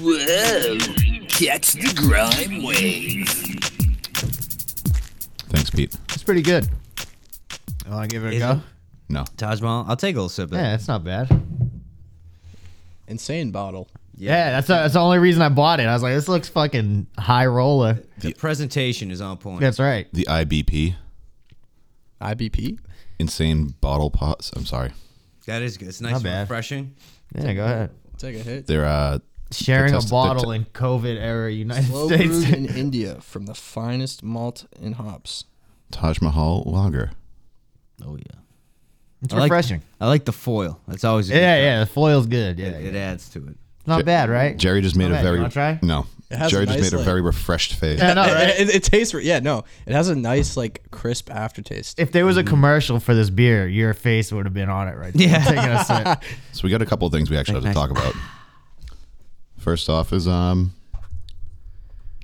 Whoa. Catch the grime wave. Thanks, Pete. It's pretty good. Oh, I give it a Is go. it? No. Taj Mahal. I'll take a little sip of it. Yeah, it's not bad. Insane bottle. Yeah, that's that's the only reason I bought it. I was like, this looks fucking high roller. The presentation is on point. That's right. The IBP, IBP. insane bottle pots. I'm sorry. That is good. It's nice and bad. refreshing. Yeah, go ahead. Take a hit. They're uh, Sharing They're a test- bottle they're in COVID era United Slow brewed States. in India from the finest malt and hops. Taj Mahal lager. Oh yeah. It's I like- refreshing. I like the foil. That's always a good yeah, sign. yeah. The foil's good. Yeah, It, yeah. it adds to it. It's not bad, right? Jerry just made Not a bad. very You wanna try? no. It has a Jerry just nice, made a like- very refreshed face. I know, right? It, it, it tastes. re- Yeah, no. It has a nice like crisp aftertaste. If there was a commercial for this beer, your face would have been on it right there. Yeah. Taking a sip. So we got a couple of things we actually have to Nice. talk about. First off is um,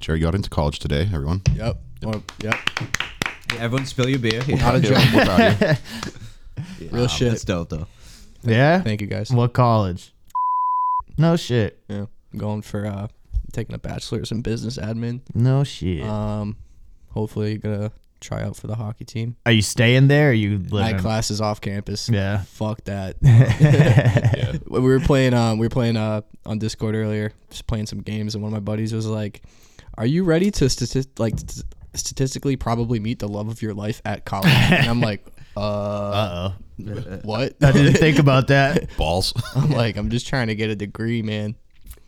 Jerry got into college today. Everyone, Yep. Well, yep. Everyone spill your beer. Yeah. Not a joke. We're proud of you. Real That's shit. dope though. yeah? Thank you guys. What college? No shit. Yeah. I'm going for uh, taking a bachelor's in business admin. No shit. Uh, Um, hopefully gonna try out for the hockey team. are you staying there? Or are you My living? class is off campus. Yeah. Fuck that. Yeah. we were playing um we were playing uh on Discord earlier, just playing some games, and one of my buddies was like, "Are you ready to statist- like st- statistically probably meet the love of your life at college?" and I'm like, "Uh, Uh oh. what?" I didn't think about that. balls. I'm like, "I'm just trying to get a degree, man.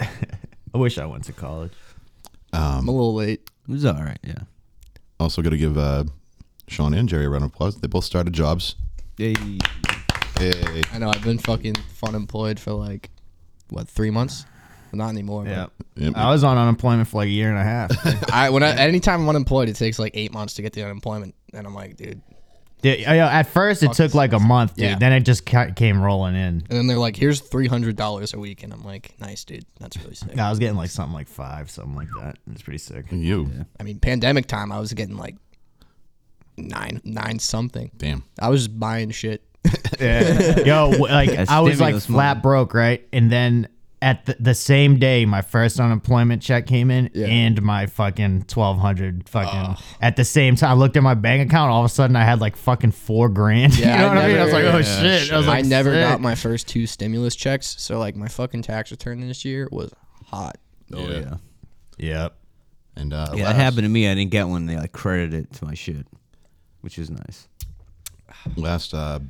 I wish I went to college. I'm a little late." It was all right. Yeah. Um, also got to give uh, Sean and Jerry a round of applause. They both started jobs. Hey. Hey. I know I've been fucking fun employed for like what three months. Well, Not anymore. Yeah. Yep. I was on unemployment for like a year and a half. But I when I anytime I'm unemployed, it takes like eight months to get the unemployment, and I'm like, dude. yeah, I know, at first, it took like a month, dude. Yeah. Then it just ca- came rolling And in. then they're like, "Here's three hundred dollars a week," and I'm like, "Nice, dude. That's really sick." I was getting like something like five, something like that. It's pretty sick. you I mean, pandemic time, I was getting like nine, nine something. damn. I was just buying shit. Yo, w- like That's I was like stimulus flat money. broke, right? And then at the, the same day, my first unemployment check came in, and my fucking twelve hundred fucking at the same time. I looked at my bank account. All of a sudden, I had like fucking four grand. you Yeah, know I what I mean? I was like, never- oh yeah, shit. I was like, I never sick. got my first two stimulus checks, so like my fucking tax return this year was hot. Oh yeah. Yeah, Yep. And uh, that happened to me. I didn't get one. They like credited it to my shit, which is nice. last uh,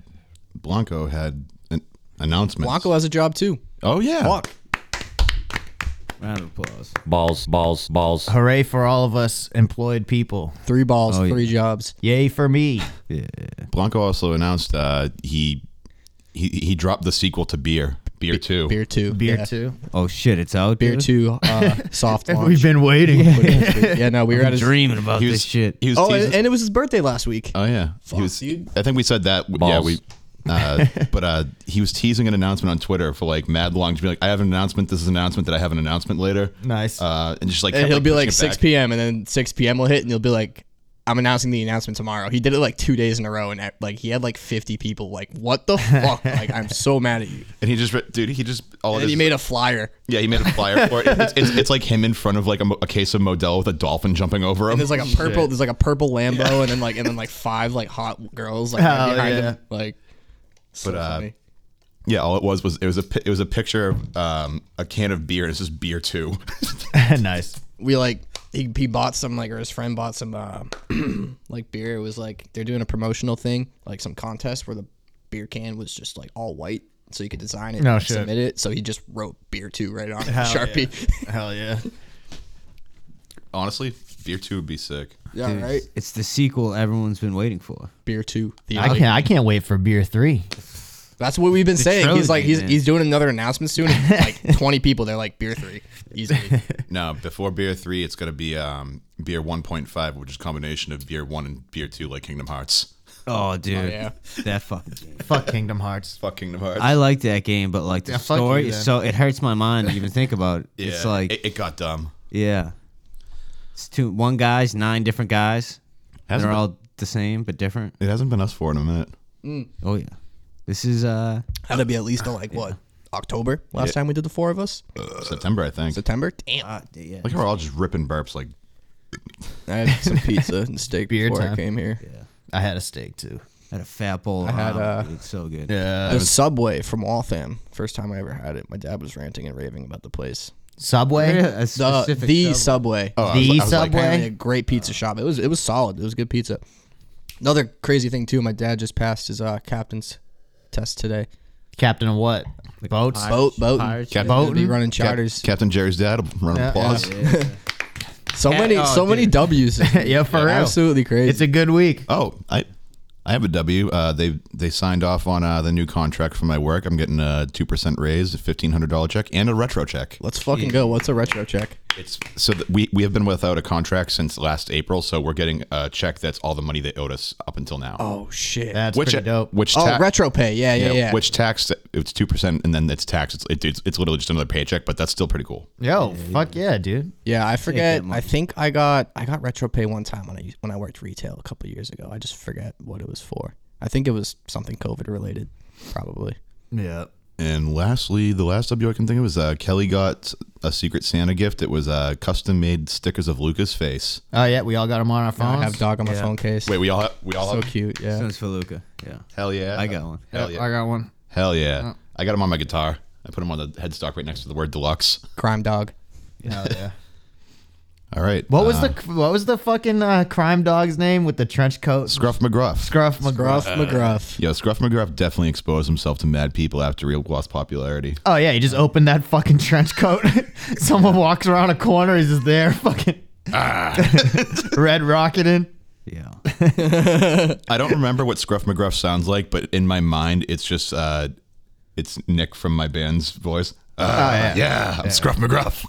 Blanco had an announcement. Blanco has a job too. Oh yeah. Fuck. Round of applause. balls, balls, balls. Hooray for all of us employed people. Three balls, Oh, yeah. three jobs. Yay for me. Yeah. Blanco also announced uh, he he he dropped the sequel to Beer, Beer Two. Beer two. Beer yeah. too. Oh shit! It's out. Beer dude? two. Uh, soft launch. We've been waiting. yeah, no, we were at his. Dreaming about He was- this shit. He was Oh, teasing- and, and it was his birthday last week. oh yeah. Fuck, he was. dude. I think we said that. Yeah, Balls. we. Uh, but uh, he was teasing an announcement on Twitter for like mad long. To be like, I have an announcement. This is an announcement that I have an announcement later. Nice. Uh, and just like and kept, he'll be pushing like it 6 back. p.m. and then 6 p.m. will hit, and he'll be like, "I'm announcing the announcement tomorrow." He did it like two days in a row, and eh, like he had like 50 people. Like, what the fuck? like, I'm so mad at you. And he just, re- dude, he just all And it then is he is- made a flyer, Yeah, he made a flyer for it. It's, it's, it's like him in front of like a, mo- a case of Modelo with a dolphin jumping over him. and there's like a purple, there's like a purple Lambo, and then like and then like five like hot girls like right Hell behind yeah. him, like. So But, uh, funny. yeah, all it was was it was a pi- it was a picture of um, a can of beer. and It's just beer too. nice. we like he, he bought some like or his friend bought some uh, like beer. It was like they're doing a promotional thing, like some contest where the beer can was just like all white, so you could design it No and shit. submit it. So he just wrote beer two right on it, Hell Sharpie. Hell yeah. Honestly, beer two would be sick. Yeah, Dude, right. It's the sequel everyone's been waiting for. Beer two. The I can't. I can't wait for beer three. That's what we've been saying. he's like trilogy, he's man. he's doing another announcement soon. and, like twenty people, they're like beer three easily. No, before beer three, it's gonna be um, beer one point five, which is a combination of beer one and beer two, like Kingdom Hearts. Oh, dude, yeah. that fucking. Game. Fuck Kingdom Hearts. Fuck Kingdom Hearts. I like that game, but like the Yeah, fuck story you, is then. so it hurts my mind to even think about. It. yeah, It's like it, it got dumb. yeah, it's two one guys, nine different guys. and Hasn't They're been- all the same but different. It hasn't been us four in a minute. Oh yeah, this is uh Had to be at least like what October last time we did the four of us. September, I think. September. Damn. Uh, yeah. Like we're all just ripping burps. Like I had some pizza and steak Beer before I time. came here. I had a steak too. Had a fat bowl. I had, uh, it's so good. Yeah. The Subway from Waltham. First time I ever had it. My dad was ranting and raving about the place. Subway. A The specific the sub- Subway. Oh, I was- The I was like, Subway? Apparently a great pizza shop. It was it was solid. It was good pizza. Another crazy thing too. My dad just passed his uh, captain's test today. Captain of what? Boats. Boat boat. Pirates. Cap- Boat. Be Boatin'? running Cap- charters. Captain Jerry's dad. Round of applause. So Cat- many, oh, so many dude. W's. yeah, for real. Absolutely crazy. It's a good week. Oh, I I have a W. Uh, they they signed off on uh, the new contract for my work. I'm getting a two percent raise, a fifteen hundred dollar check, and a retro check. Let's fucking go. What's a retro check? It's so that we we have been without a contract since last April, so we're getting a check that's all the money they owed us up until now. Oh shit. That's which pretty dope. which oh, ta- retro pay. Yeah, yeah, yeah, yeah. which tax it's two percent, and then it's tax. It's, it, it's it's literally just another paycheck, but that's still pretty cool. Yo, fuck yeah, dude. yeah, I forget. I think I got I got retro pay one time when I when I worked retail a couple years ago. I just forget what it was for. I think it was something COVID related, probably. Yeah. And lastly, the last W I can think of is uh, Kelly got a Secret Santa gift. It was uh, custom made stickers of Luca's face. Oh yeah, we all got them on our phones. I have dog on my phone case. Wait, we all have, we all so have, cute. Yeah. Sounds for Luca. Yeah. hell yeah! I got one. Hell yeah! I got one. Hell yeah! I got them on my guitar. I put them on the headstock right next to the word deluxe. Crime dog. Oh, yeah. All right. What was uh, the what was the fucking uh, crime dog's name with the trench coat? Scruff McGruff? Scruff McGruff. Gruff McGruff. Yo, Scruff McGruff definitely exposed himself to mad people after Real Gloss popularity. Oh yeah, he just opened that fucking trench coat. Someone walks around a corner, he's just there, fucking Ah. red rocketing. Yeah. I don't remember what Scruff McGruff sounds like, but in my mind, it's just uh, it's Nick from my band's voice. Uh, yeah, I'm Scruff McGruff.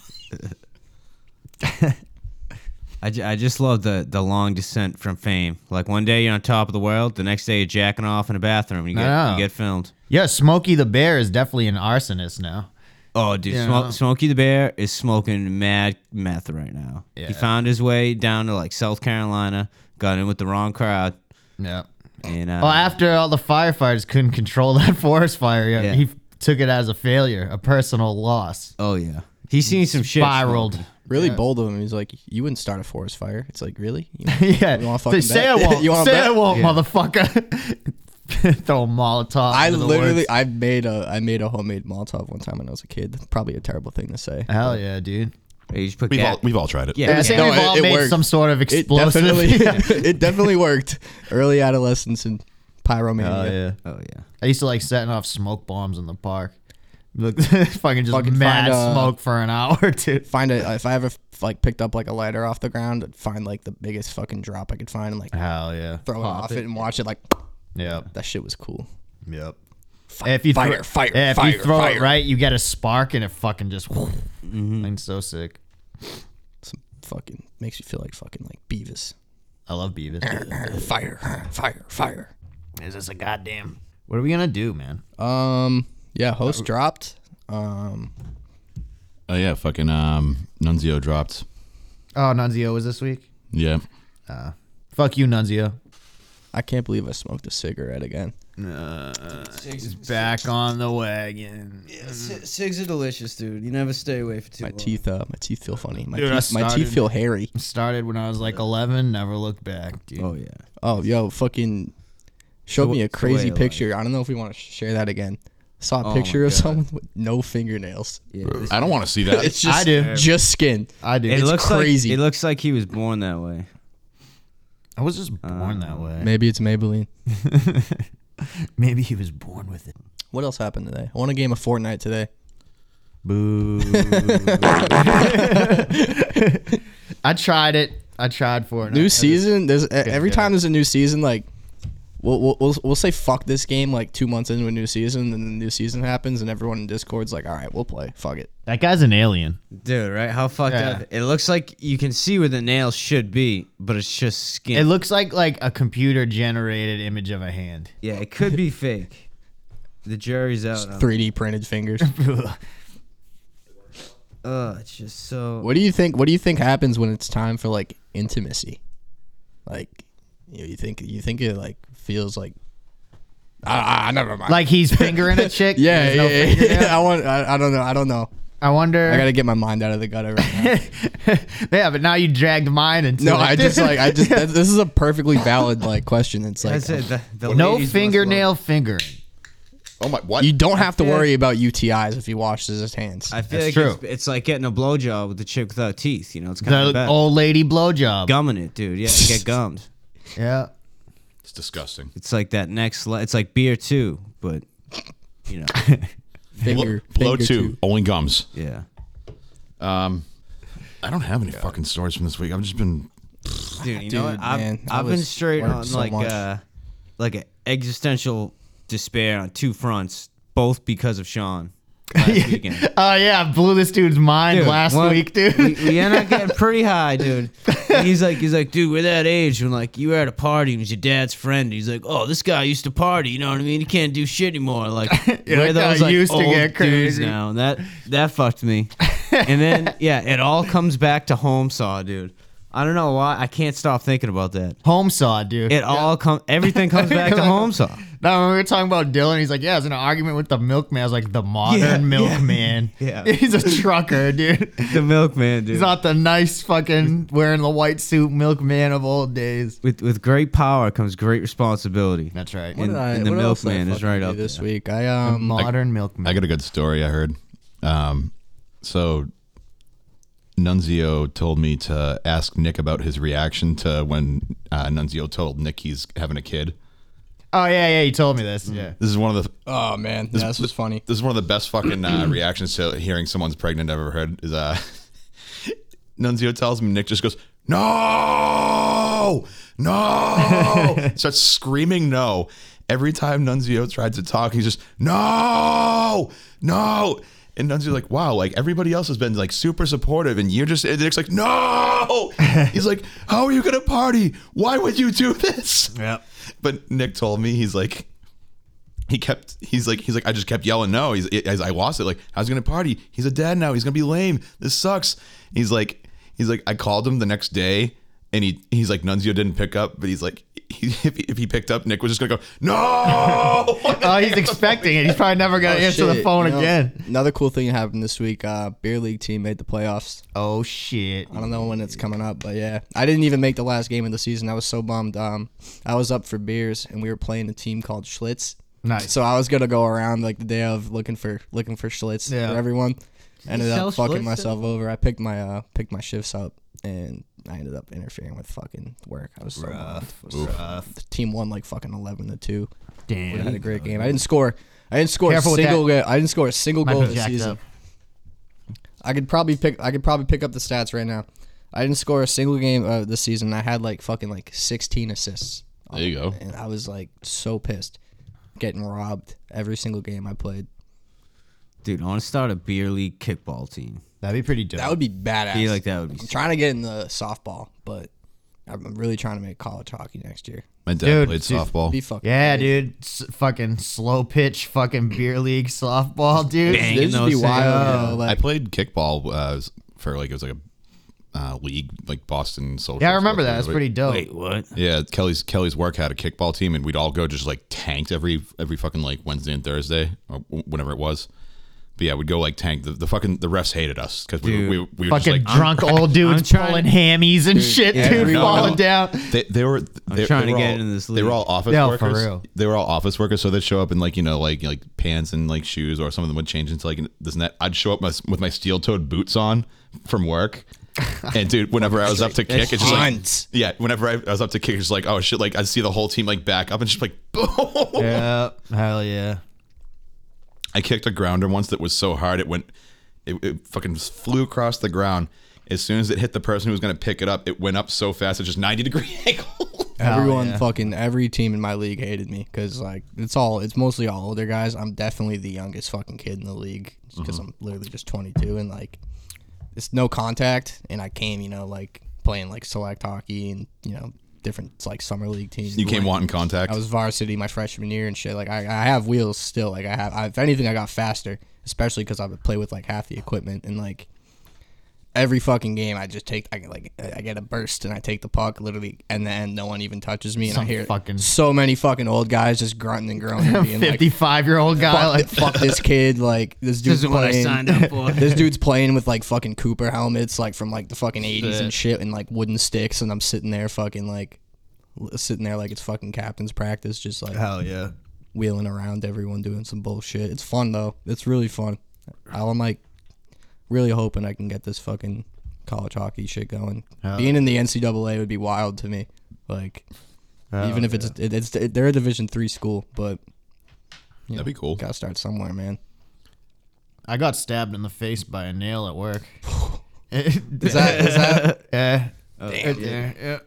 I, ju- I just love the, the long descent from fame. Like one day you're on top of the world, the next day you're jacking off in a bathroom and you get, know. you get filmed. Yeah, Smokey the Bear is definitely an arsonist now. Oh, dude, Yeah. Smo- Smokey the Bear is smoking mad meth right now. Yeah. He found his way down to like South Carolina, got in with the wrong crowd, Yeah. and uh, Well, after all the firefighters couldn't control that forest fire, yeah, Yeah. he f- took it as a failure, a personal loss. oh yeah, he's seen some shit. Spiraled. Really bold of him. He's like, you wouldn't start a forest fire. It's like, really? You- yeah. You wanna Say, fucking say I bet? won't. You wanna say I bet? won't, motherfucker. Throw a Molotov. I into the literally, woods. I made a, I made a homemade Molotov one time when I was a kid. Probably a terrible thing to say. Hell yeah, dude. He just put We've gas- all we've all tried it. Yeah. I think No, we've it- all it made worked. some sort of It explosive. definitely, it definitely worked. Early adolescence and Oh pyromania. yeah. Oh yeah. I used to like setting off smoke bombs in the park. Look, fucking just Fucking mad find, uh, smoke for an hour or two. Find a, if I ever like picked up like a lighter off the ground, I'd find like the biggest fucking drop I could find and like Hell yeah. throw it off it. and watch it. Like Yep. that shit was cool. Yep. if you fire, throw, fire, yeah, if you fire, throw it fire. right, you get a spark and it fucking just. I'm so sick. Some fucking makes you feel like fucking like Beavis. I love Beavis. Fire, fire, fire. Is this a goddamn? What are we gonna do, man? Um, yeah, host dropped. Um, Oh yeah, fucking um, Nunzio dropped. Oh, Nunzio was this week. Yeah. Fuck you, Nunzio. I can't believe I smoked a cigarette again. Back on the wagon. Cigs are delicious, dude. You never stay away for too My teeth, uh, my teeth feel funny. My, Dude, I teeth, my started- teeth feel hairy. Started when I was like 11. Never looked back, dude. Oh yeah. Oh, yo, fucking showed me a it's the way crazy of Oh picture. I don't know if we want to share that again. Saw a my picture of God. someone with no fingernails. Yeah. this- I don't want to see that. It's just, I do. just skin. I do. it looks crazy. Like, it looks like he was born that way. I was just born that way. Maybe it's Maybelline. Um, Maybe he was born with it. What else happened today? I won a game of Fortnite today. Boo. I tried it. I tried for it. New season. There's e- every time there's a new season, like we'll, we'll we'll we'll say fuck this game like two months into a new season, and then the new season happens, and everyone in Discord's like, all right, we'll play. Fuck it. That guy's an alien. Dude, right? How fucked Yeah. up. It looks like you can see where the nail should be, but it's just skin. It looks like like a computer generated image of a hand. yeah, it could be fake. The jury's out. on- 3D printed fingers. Ugh, it's just so. what do you think? What do you think happens when it's time for like intimacy? Like, you, know, you think you think it like feels like I, I never mind. Like he's fingering a chick. yeah, there's yeah, no yeah, fingernail? yeah. I want. I, I don't know. I don't know. I wonder. I gotta get my mind out of the gutter. Right now. yeah, but now you dragged mine into no, it. I just like I just. That, this is a perfectly valid like question. It's like That's it. The, the no ladies must fingernail fingering. Oh my! What? you don't have to worry about UTIs if he washes his hands. love- I feel That's like it's, true. it's like getting a blowjob with a chick without teeth. You know, it's kind of The bad. old lady blowjob. gumming it, dude. Yeah, you get gummed. yeah. It's disgusting. It's like that next. Le- it's like beer too, but you know, finger, Blow finger two, only gums. yeah. Um, I don't have any fucking stories from this week. I've just been. dude. You Dude, know what? I've, man, I I've been was straight worried on so like much. uh like an existential despair on two fronts, both because of Sean. Last weekend. Oh yeah, I blew this dude's mind Dude, last one- week, dude. We, we end up getting pretty high, dude. And he's like, he's like, dude, we're that age when like you were at a party and it was your dad's friend. And he's like, oh, this guy used to party. You know what I mean? He can't do shit anymore. Like we're like, those "I like used to old get dudes crazy." now. And that that fucked me. and then yeah, it all comes back to home saw, dude. I don't know why. I can't stop thinking about that. Home saw, dude. It all comes. Everything comes back to home saw. No, when we were talking about Dylan, he's like, yeah, I was in an argument with the milkman. I was like, the modern Yeah, milkman. yeah. He's a trucker, dude. The milkman, dude. He's not the nice fucking wearing the white suit milkman of old days. with with great power comes great responsibility. That's right. And- and the what else did I milkman is fucking right do up this there. week. I um. modern milkman. I got a good story I heard. Um, so Nunzio told me to ask Nick about his reaction to when uh, Nunzio told Nick he's having a kid. oh yeah, yeah. You told me this. Yeah. This is one of the Oh man, yeah, this was funny. This is one of the best fucking uh, reactions to hearing someone's pregnant I've ever heard. Is uh, Nunzio tells him, Nick just goes, "No, no!" Starts screaming no. Every time Nunzio tried to talk, he's just no, no. And Nunzio's like, "Wow, like everybody else has been like super supportive, and you're just." And Nick's like, "No." he's like, "How are you gonna party? Why would you do this?" Yep. But Nick told me he's like he kept he's like he's like I just kept yelling no. He's as I lost it like I was gonna party. He's a dad now. He's gonna be lame. This sucks. He's like he's like I called him the next day and he he's like Nunzio didn't pick up, but he's like he, if, if he picked up, Nick was just gonna go no. Oh, he's expecting it. He's probably never gonna answer the Oh, Shit, phone you know, again. Another cool thing that happened this week. Uh, beer league team made the playoffs. Oh shit. I don't know when it's coming up, but yeah, I didn't even make the last game of the season. I was so bummed. Um, I was up for beers, and we were playing a team called Schlitz. Nice. So I was gonna go around like the day of looking for looking for Schlitz Yeah. for everyone. Ended sell up fucking Schlitz myself over. I picked my uh picked my shifts up, and I ended up interfering with fucking work. I was so bummed. The team won like fucking eleven to two. We had a Damn. great game. I didn't score. I didn't score Careful a with single. Go- I didn't score a single Might goal be this jacked season. up. I could probably pick. I could probably pick up the stats right now. I didn't score a single game uh, this season. I had like fucking like 16 assists, There you go. and I was like so pissed, getting robbed every single game I played. Dude, I want to start a beer league kickball team. That'd be pretty dope. That would be badass. I feel like that would be. I'm trying to get in the softball, but I'm really trying to make college hockey next year. My dad Dude, played dude. softball. Be fucking yeah, dude. S- fucking slow pitch, fucking beer league softball, dude. Bang. This would Hanging be those wild. things. you know, I like, played kickball uh, for like it was like a uh, league like Boston social. Yeah, I remember that. That's But- pretty dope. Wait, what? Yeah, Kelly's Kelly's work had a kickball team, and we'd all go just like tanked every every fucking like Wednesday and Thursday or wh- whenever it was. But yeah, we'd go like tank. The, the fucking the refs hated us because we, Dude. we, we were fucking just like drunk old dudes I'm trying- pulling hammies and shit, dude, everyone- falling down. they, they were. They, trying they to were get all, into this They were league. all office Yeah, for workers. real. They were all office workers, so they'd show up in like you know like like pants and like shoes, or some of them would change into like this and that. I'd show up my, with my steel toed boots on from work. And dude, whenever I was up to kick, it's just like Tons. yeah. Whenever I, I was up to kick, it's just like oh shit, like I'd see the whole team like back up and just like boom. Yeah, hell yeah. I kicked a grounder once that was so hard it went, it, it fucking flew across the ground. As soon as it hit the person who was going to pick it up, it went up so fast it's just ninety degree angle. Everyone fucking every team in my league hated me because like it's all it's mostly all older guys. I'm definitely the youngest fucking kid in the league because Mm-hmm. I'm literally just 22 and like it's no contact. And I came, you know, like playing like select hockey and you know different like summer league teams. you came wanting contact. I was varsity my freshman year and shit. Like I, I have wheels still. Like I have. I, if anything, I got faster, especially because I would play with like half the equipment and like every fucking game, I just take I can, like I get a burst and I take the puck literally, and then no one even touches me, and Some I hear fucking- so many fucking old guys just grunting and groaning, and being like, Fifty-five year old guy, fuck, like thi- fuck this kid, like this dude's This is what I playing. signed up for. this dude's playing with like fucking Cooper helmets, like from like the fucking eighties and shit, and like wooden sticks, and I'm sitting there fucking like l- sitting there like it's fucking captain's practice, just like Hell yeah. wheeling around everyone doing some bullshit. It's fun though. It's really fun. I'm like really hoping I can get this fucking college hockey shit going. Being in the NCAA would be wild to me. Like, even if it's it, it's it, they're a Division three school, but That'd be cool. gotta start somewhere, man. I got stabbed in the face by a nail at work. Is that is that Yeah. damn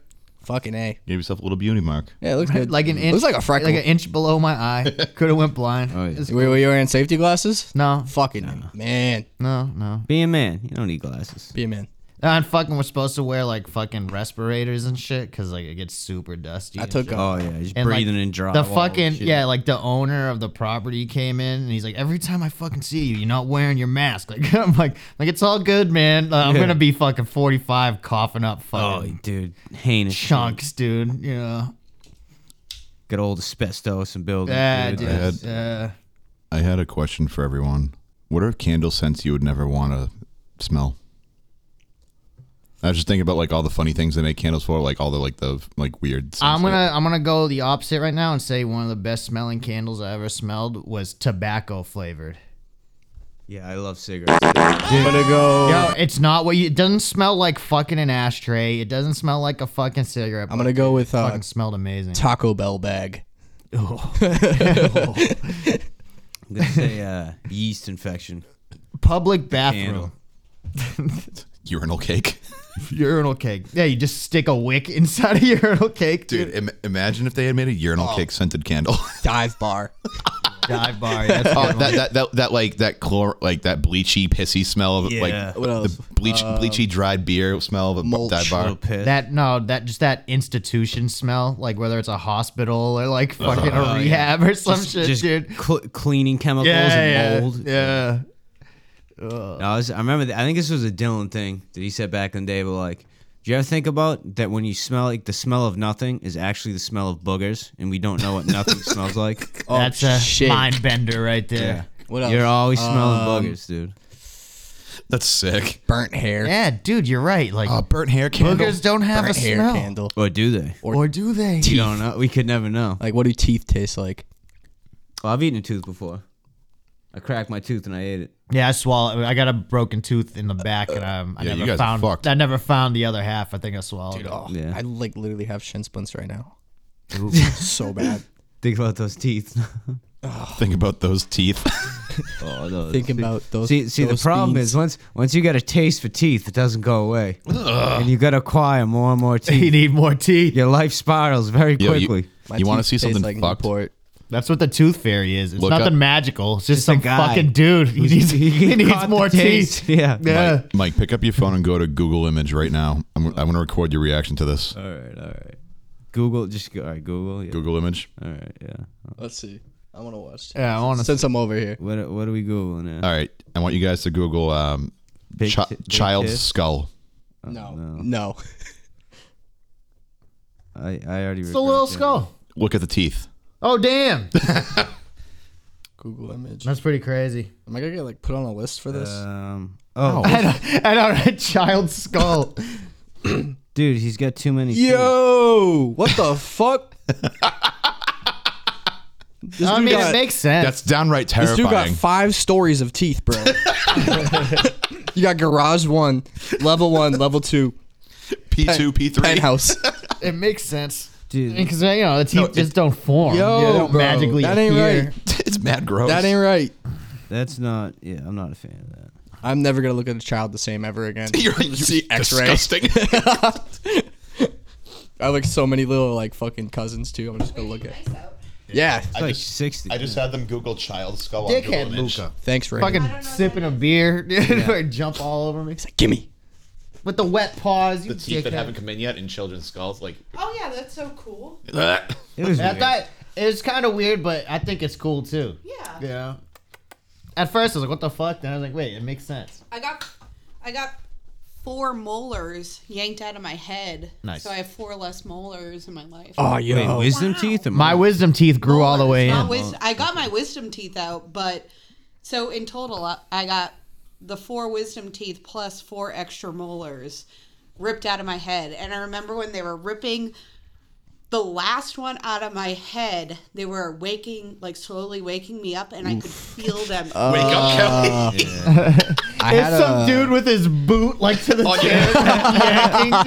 fucking a? Give yourself a little beauty mark. Yeah, it looks good. Like an inch, Looks like a freckle. like an inch below my eye. Could have went blind. Oh, yeah. It's- Were, were you wearing safety glasses? No, Fucking man, no, no. Be a man. You don't need glasses. be a man. And fucking, we're supposed to wear like fucking respirators and shit because like it gets super dusty. I and took uh, shit. a- Oh yeah, he's And, like, breathing in dry. the walls, fucking shit. yeah, like the owner of the property came in and he's like, every time I fucking see you, you're not wearing your mask. Like I'm like, like it's all good, man. Like, I'm gonna be fucking 45, coughing up Oh, fucking dude, heinous. shit. chunks, dude. You know, Good old asbestos and building. yeah, dude. dude. had- yeah. I had a question for everyone. What are candle scents you would never want to smell? I was just thinking about like all the funny things they make candles for, like all the like the like weird. Scents I'm gonna I'm gonna go the opposite right now and say one of the best smelling candles I ever smelled was tobacco flavored. Yeah, I love cigarettes. I'm gonna go. Yo, it's not what you. It doesn't smell like fucking an ashtray. It doesn't smell like a fucking cigarette. I'm gonna go with It uh, fucking smelled amazing. Taco Bell bag. I'm gonna say uh, yeast infection. Public bathroom Candle. urinal cake, urinal cake. Yeah, you just stick a wick inside a urinal cake, dude. dude. Im- imagine if they had made a urinal Oh. cake scented candle. Dive bar. Dive bar. That's oh, that, that that that like that chlor like that bleachy pissy smell of Yeah. like What else? Um, the bleach bleachy dried beer smell of a Mulch. dive A little bar. piss. That no, that just that institution smell, like whether it's a hospital or like fucking Oh, a yeah. rehab or some just, shit, just dude. cl- cleaning chemicals Yeah, yeah, and mold. yeah. No, I, was, I remember. That, I think this was a Dylan thing that he said back in the day. But like, do you ever think about that when you smell like the smell of nothing is actually the smell of boogers, and we don't know what nothing smells like? Oh, That's a shit. mind bender right Yeah. there. What else? You're always smelling Um, boogers, dude. That's sick. Burnt hair. Yeah, dude, you're right. Like Uh, burnt hair candle. boogers don't have burnt a hair smell, candle. Or do they? or do they? You don't know. We could never know. Like, what do teeth taste like? Well, I've eaten a tooth before. I cracked my tooth and I ate it. Yeah, I swallowed. I got a broken tooth in the back, and um, I Yeah, you never guys are found. fucked. I never found the other half. I think I swallowed. it. Oh, Yeah. I like literally have shin splints right now. so bad. Think about those teeth. Think about those teeth. oh, those. Thinking about those. See, see, the those problem beans. is once once you got a taste for teeth, it doesn't go away, and you got to acquire more and more You teeth. need more teeth. Your life spirals very Yo, you- quickly. My you want to teeth see taste something like fucked? Newport. That's what the tooth fairy is. It's Look nothing up- magical. It's just, a some guy fucking dude. He needs, he needs more teeth. Yeah. Yeah. Mike, Mike, pick up your phone and go to Google Image right now. I'm, I'm gonna record your reaction to this. All right. All right. Google. Just go. All right. Google. Yeah. Google Image. All right. Yeah. Let's see. I want to watch. Yeah, I want to. Since I'm over here, What What are we googling? Now? All right, I want you guys to Google um, Big chi- ti- big child's tits? skull. no, Oh, no. no. I I already. It's a little skull. Look at the teeth. Oh damn, Google image. that's pretty crazy. Am I gonna get like put on a list for this? Uh, Um. Oh, I don't, I don't a child's skull. dude, he's got too many. teeth. Yo, what the fuck? this I dude mean, got, it makes sense. That's downright this dude got terrifying. five stories of teeth, bro. you got garage one, level one, level two, P two, P three. penthouse. it makes sense. dude. Because you know the teeth just don't form. Yo, they don't bro, magically that ain't appear. right. It's mad gross. That ain't right. That's not. Yeah, I'm not a fan of that. I'm never gonna look at a child the same ever again. You're, you're See X-ray. disgusting. I look so many little like fucking cousins too. I'm just gonna look at. Yeah. It's like sixty. I just had them Google child's skull. Dickhead on Google Image. Luca. Thanks, Ray. Fucking sipping a beer, dude, or jump all over me gimme. with the wet paws. You The teeth that dickhead. haven't come in yet in children's skulls, like. Oh yeah, that's so cool. It was I weird. thought it was kind of weird, but I think it's cool too. Yeah. Yeah. At first, I was like, "What the fuck?" Then I was like, "Wait, it makes sense." I got I got four molars yanked out of my head. Nice. So I have four less molars in my life. Oh, yo. Wait, wisdom teeth? Or My wisdom teeth grew all the way Not in. wis- I got my wisdom teeth out, but so in total, I- I got the four wisdom teeth plus four extra molars ripped out of my head. And I remember when they were ripping the last one out of my head, they were waking, like slowly waking me up, and I could feel them. Oh. Wake up, Kelly. I had It's some a- dude with his boot like to the Oh, On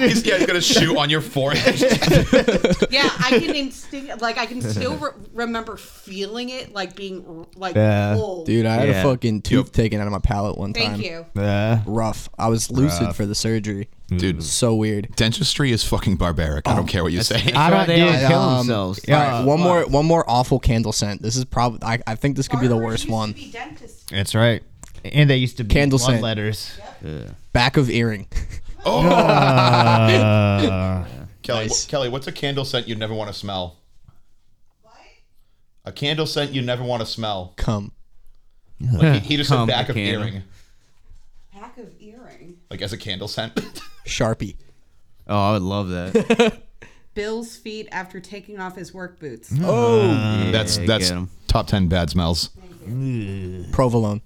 your- he's, yeah, he's gonna shoot on your forehead. yeah, I can instinct, like I can still re- remember feeling it, like being like Yeah. pulled. Dude, I had Yeah. a fucking tooth taken out of my palate one time. Thank you. Yeah. Rough. I was lucid for the surgery. Mm. Dude, So weird. dentistry is fucking barbaric. I don't care what you say. I don't they do all kill Um, themselves. All right, one more, one more awful candle scent. This is probably. I, I think this could be the Barbers worst used to one. be dentists. That's right. And they used to be Candle blood scent. letters. Back of earring. Oh, Kelly, wh- Kelly, what's a candle scent you'd never want to smell? A candle scent you never want to smell. Come. Like he, he just said Come, back a of candle. earring, Pack of earring. like as a candle scent. Sharpie. Oh, I would love that. Bill's feet after taking off his work boots. Mm-hmm. Oh, Oh, that's Yeah, that's get 'em. top ten bad smells. Provolone.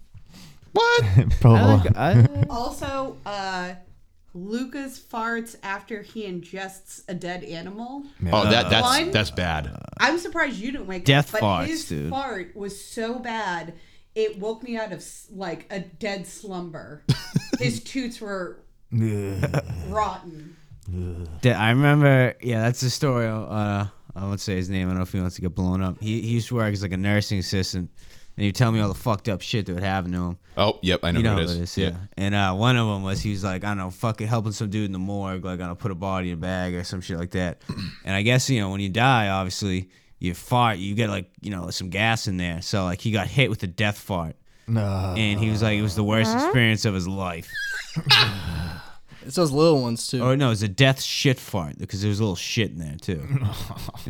What? Provolone. Also, uh, Lucas farts after he ingests a dead animal. Oh, that that's One? that's bad. I'm surprised you didn't wake Death up. farts, but his dude. fart was so bad it woke me out of s- like a dead slumber. his toots were rotten. Did- I remember. Yeah, that's the story. Uh, I won't say his name. I don't know if he wants to get blown up. He, he used to work as like a nursing assistant, and he would tell me all the fucked up shit that would happen to him. Oh, yep, I know, You know who what it is. yeah. And uh, one of them was he was like, I don't know, fucking helping some dude in the morgue, like gonna put a body in a bag or some shit like that. and I guess you know when you die, obviously you fart, you get like you know some gas in there. So like he got hit with a death fart. No. And he was like, it was the worst experience of his life. It's those little ones too. Or no, it was a death shit fart because there was a little shit in there too. and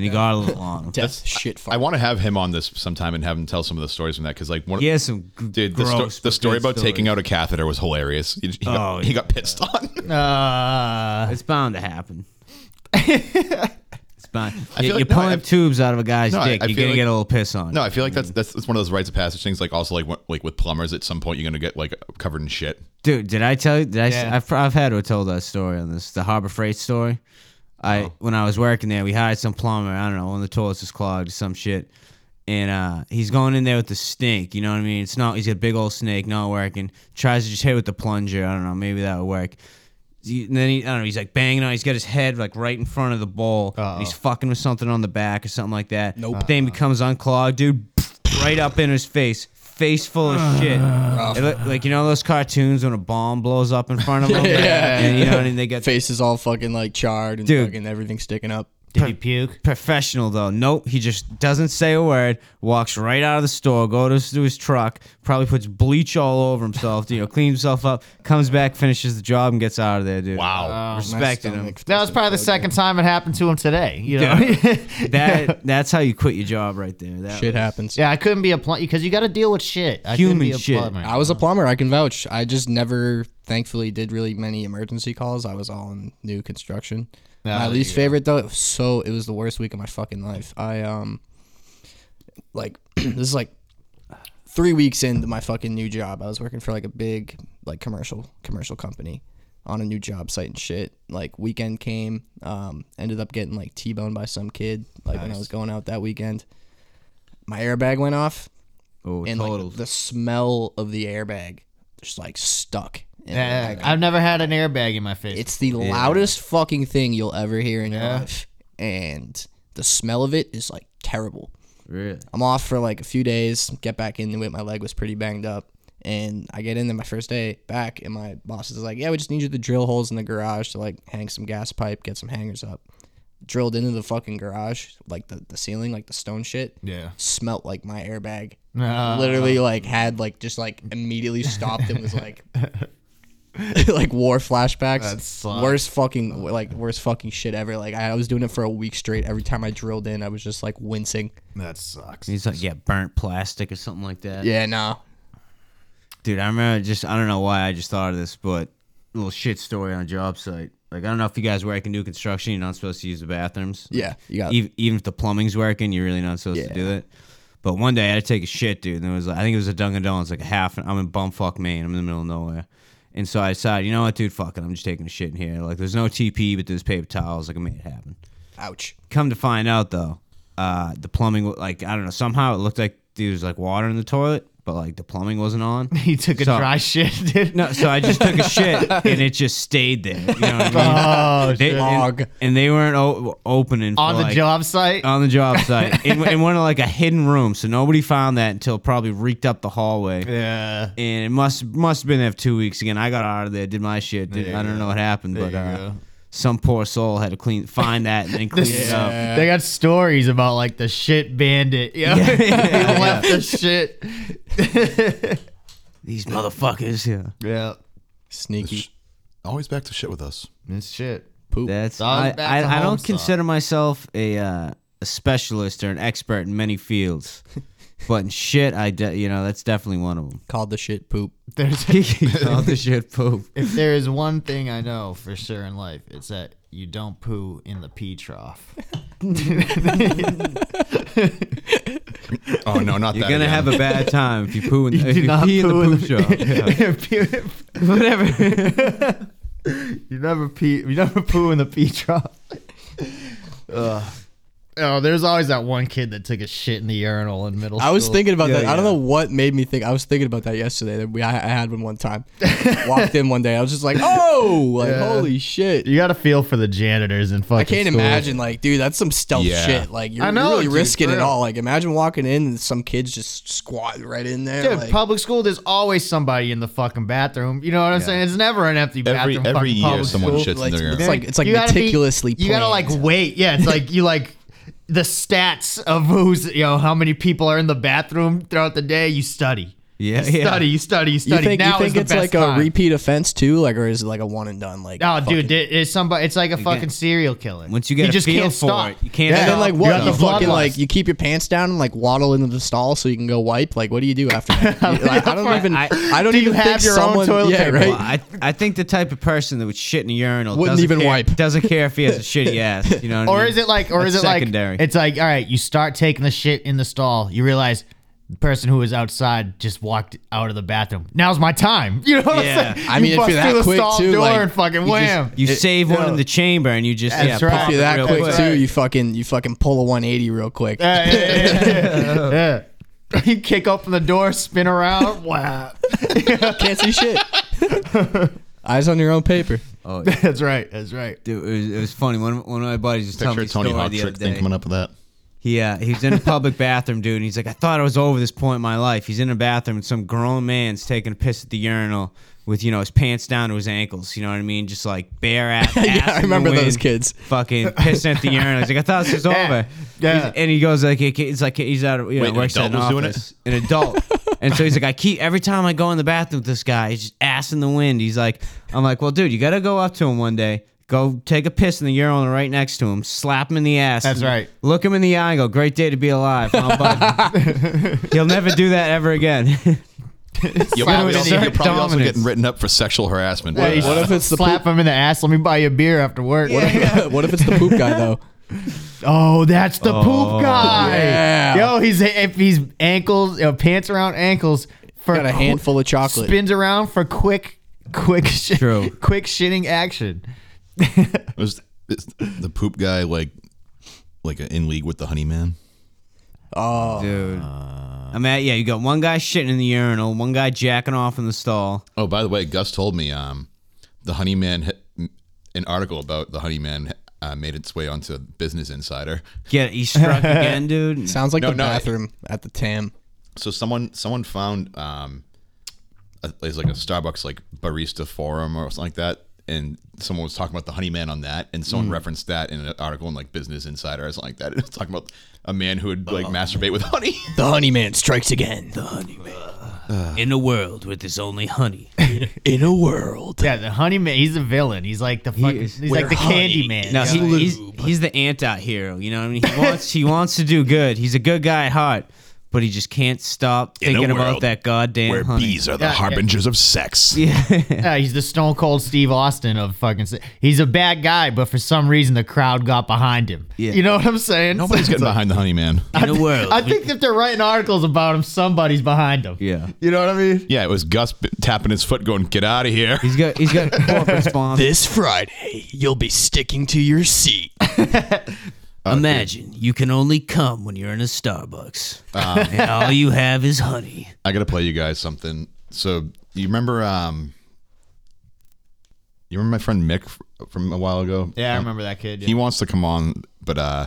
he got a little on. him. Death shit. Fart. I want to have him on this sometime and have him tell some of the stories from that because like one. He has some g- Dude, the, gross, sto- but the good story about taking stories. out a catheter was hilarious. He, he Oh, got, he yeah. got pissed on. Uh, Uh-huh. It's bound to happen. it's bound. feel You're like- no, pulling I- tubes out of a guy's No, I- dick. I you're feel gonna like- get a little piss on. it. No, I feel like that's that's, that's one of those rites of passage things. Like also like what- like with plumbers, at some point you're gonna get like covered in shit. Dude, did I tell you? Did I? s- Yeah. I've, I've had to tell that story on this, the Harbor Freight story. I Oh. when I was working there, we hired some plumber. I don't know, one of the toilets was clogged or some shit, and uh, he's going in there with the snake. You know what I mean? It's not. He's got a big old snake, not working. Tries to just hit with the plunger. I don't know. Maybe that would work. He- And then he, I don't know. He's like banging on. He's got his head like right in front of the bowl. and He's fucking with something on the back or something like that. Nope. Thing becomes unclogged, dude. Right up in his face, face full of shit. It look- like you know those cartoons when a bomb blows up in front of him. Yeah. And you know, and they got Face is all fucking like charred and Dude. fucking everything sticking up. did he puke? professional though. Nope, he just doesn't say a word. Walks right out of the store, goes to his truck, probably puts bleach all over himself. You know, cleans himself up, comes back, finishes the job, and gets out of there, dude. Wow. My respected him. stomach That was doesn't probably the feel second time it happened to him today. You know? That that's how you quit your job right there. That good. Shit was- happens. yeah, I couldn't be a plumber because you got to deal with shit. I couldn't Human be a shit. plumber. I was a plumber. I can vouch. I just never, thankfully, did really many emergency calls. I was all in new construction. my least favorite though, it was so it was the worst week of my fucking life. I um, like this is like three weeks into my fucking new job. I was working for like a big like commercial commercial company on a new job site and shit. Like weekend came, um, ended up getting like t-boned by some kid. Like when I was going out that weekend, my airbag went off Oh, and total. like the smell of the airbag just like stuck. in Yeah, there. I've never had an airbag in my face. it's the loudest fucking thing you'll ever hear in your life, and the smell of it is like terrible. Really? I'm off for like a few days. Get back into it. My leg was pretty banged up, and I get in there my first day back, and my boss is like, "Yeah, we just need you to drill holes in the garage to like hang some gas pipe, get some hangers up." Drilled into the fucking garage, like the, the ceiling, like the stone shit. Yeah. Smelt like my airbag Uh, literally like had like just like immediately stopped and was like like war flashbacks sucks. worst fucking like worst fucking shit ever like I, I was doing it for a week straight every time i drilled in i was just like wincing that sucks. He's like, yeah, burnt plastic or something like that. yeah no Dude, I remember just I don't know why I just thought of this, but little shit story on a job site. Like I don't know if you guys work in new construction, you're not supposed to use the bathrooms. Like, Yeah, you got it. even, even if the plumbing's working, you're really not supposed to do it. But one day I had to take a shit, dude. And there was, I think it was a Dunkin' Donuts, like a half. I'm in bumfuck Maine. I'm in the middle of nowhere. And so I decided, you know what, dude, fuck it. I'm just taking a shit in here. Like, there's no TP, but there's paper towels. Like, I made it happen. Ouch. Come to find out, though, uh, the plumbing, wa- like, I don't know, somehow it looked like there was like water in the toilet, but like the plumbing wasn't on. He took a So- dry shit, dude. No, so I just took a shit and it just stayed there. You know what I mean? Oh, They- shit. Log. and, and they weren't o- opening on for, the like, job uh, site. on the job site in, in one of like a hidden room, so nobody found that until probably reeked up the hallway. yeah. And it must must have been there for two weeks again. I got out of there, did my shit. Did, There I you don't go. know what happened, There but you uh, go. some poor soul had to clean find that and then clean it up. They got stories about like the shit bandit. Yeah. he left the shit. These motherfuckers, yeah. Yeah. Sneaky. Always back to shit with us. It's shit. That's Dog I, back to I, I home don't song. consider myself a uh, a specialist or an expert in many fields, but in shit, I de- you know that's definitely one of them. Called the shit poop. There's All the shit poop. if there is one thing I know for sure in life, it's that you don't poo in the pee trough. Oh no, not You're that. gonna again. have a bad time if you poo in, You if do you not pee in poo the in poop the- jar. Yeah. Whatever. you never pee. You never poo in the pee trough. Ugh. Oh, there's always that one kid that took a shit in the urinal in middle school. I was thinking about Yeah, that. I don't yeah. know what made me think. I was thinking about that yesterday. That we, I, I had one one time. Walked in one day. I was just like, oh, like Yeah. holy shit. You got to feel for the janitors and fucking. I can't schools. imagine, like, dude, that's some stealth Yeah. shit. Like, you're I know, really dude, risking for it real. all. Like, imagine walking in and some kids just squat right in there. Dude, like, public school, there's always somebody in the fucking bathroom. You know what I'm saying? It's never an empty every bathroom. every fucking year public someone school. shits like, in their it's ear. like it's like You gotta be- meticulously. You gotta like planned. wait. Yeah, it's like you like the stats of who's you know how many people are in the bathroom throughout the day. You study. Yeah, You yeah. study. You study. You You study. think, now you is think the it's best like time. a repeat offense too, like, or is it like a one and done? Like, Oh, dude, fucking- it- it's somebody. It's like a fucking serial killer. Once you get he a just feel can't for stop. it, you can't. And then stop. like You're what? at You the blood fucking lust. like you keep your pants down and like waddle into the stall so you can go wipe. Like what do you do after that? You- like, I don't right. even. I- I, don't Do you even have think your own someone. toilet yeah, paper? right. Well, I, I think the type of person that would shit in a urinal Wouldn't doesn't even care- wipe. Doesn't care if he has a shitty ass. You know. What I Or mean? is it like, or That's is it secondary? like, it's like, all right, you start taking the shit in the stall. You realize the person who was outside just walked out of the bathroom. Now's my time. You know what Yeah. I'm saying? I mean, you if bust you're that through the quick, stall too, door like, and fucking wham. you save one in the chamber and you just That's yeah, right. pop If you're it that real quick quick. too, you fucking you fucking pull a 180 real quick. yeah, yeah, yeah, yeah. Yeah. You kick open the door, spin around. Wow. Can't see shit. Eyes on your own paper. Oh, yeah. That's right. That's right. Dude, it was, it was funny. One of, one of my buddies was telling me Picture a a Tony story Hawk the other trick thing day. coming up with that. He uh, he was in a public bathroom, dude, and he's like, I thought I was over this point in my life. He's in a bathroom, and some grown man's taking a piss at the urinal with you know his pants down to his ankles. You know what I mean? Just like bare ass. ass Yeah, I in the remember those wind, kids. Fucking pissing at the urinal. He's like, I thought this was Yeah, over. yeah. He's- and he goes like, it- it's like he's out of you know Wait, an works at an adult was doing it? office. An adult. And so he's like, I keep every time I go in the bathroom with this guy, he's just ass in the wind. He's like, I'm like, well, dude, you gotta go up to him one day, go take a piss in the urinal right next to him, slap him in the ass. That's right. Look him in the eye and go, great day to be alive. huh, bud?" He'll never do that ever again. You're Slap probably, it also, in you're your probably also dominance. getting written up for sexual harassment. Yeah, you What if it's the slap him in the ass? Let me buy you a beer after work. what if it's the poop guy though? Oh, that's the poop guy. yeah. Yo, he's if he's ankles, uh, pants around ankles for Got a qu- handful of chocolate. Spins around for quick, quick, sh- True. quick shitting action. It was it's the poop guy like like in league with the honey man? Dude. I mean, yeah, you got one guy shitting in the urinal, one guy jacking off in the stall. Oh, by the way, Gus told me um the honey man an article about the honey man uh, made its way onto Business Insider. Get he struck again, dude. Sounds like No, the no, it- bathroom at the Tam. So someone someone found um a, it's like a Starbucks like barista forum or something like that. And someone was talking about the honey man on that, and someone referenced that in an article in like Business Insider or something like that. It was talking about a man who would like masturbate with honey. The honey man strikes again. In a world where there's only honey. In a world. Yeah, the honey man. He's a villain. He's like the fucking. is- he's like the candy man. No, Yeah. he, he's he's the anti-hero. You know what I mean? He wants he wants to do good. He's a good guy at heart, but he just can't stop In a thinking about world that goddamn Where honey. bees are the Yeah, yeah. harbingers of sex. Yeah. Yeah, he's the Stone Cold Steve Austin of fucking. se- He's a bad guy, but for some reason the crowd got behind him. Yeah. You know what I'm saying? Nobody's getting behind the honey man. In a world. I think if they're writing articles about him, somebody's behind him. Yeah. You know what I mean? Yeah, it was Gus b- tapping his foot, going, "Get out of here." He's got he's got corporate sponsors. This Friday, you'll be sticking to your seat. Imagine you can only come when you're in a Starbucks, and all you have is honey. I gotta play you guys something. So you remember, um, you remember my friend Mick f- from a while ago? Yeah, I remember that kid. He wants to come on, but uh,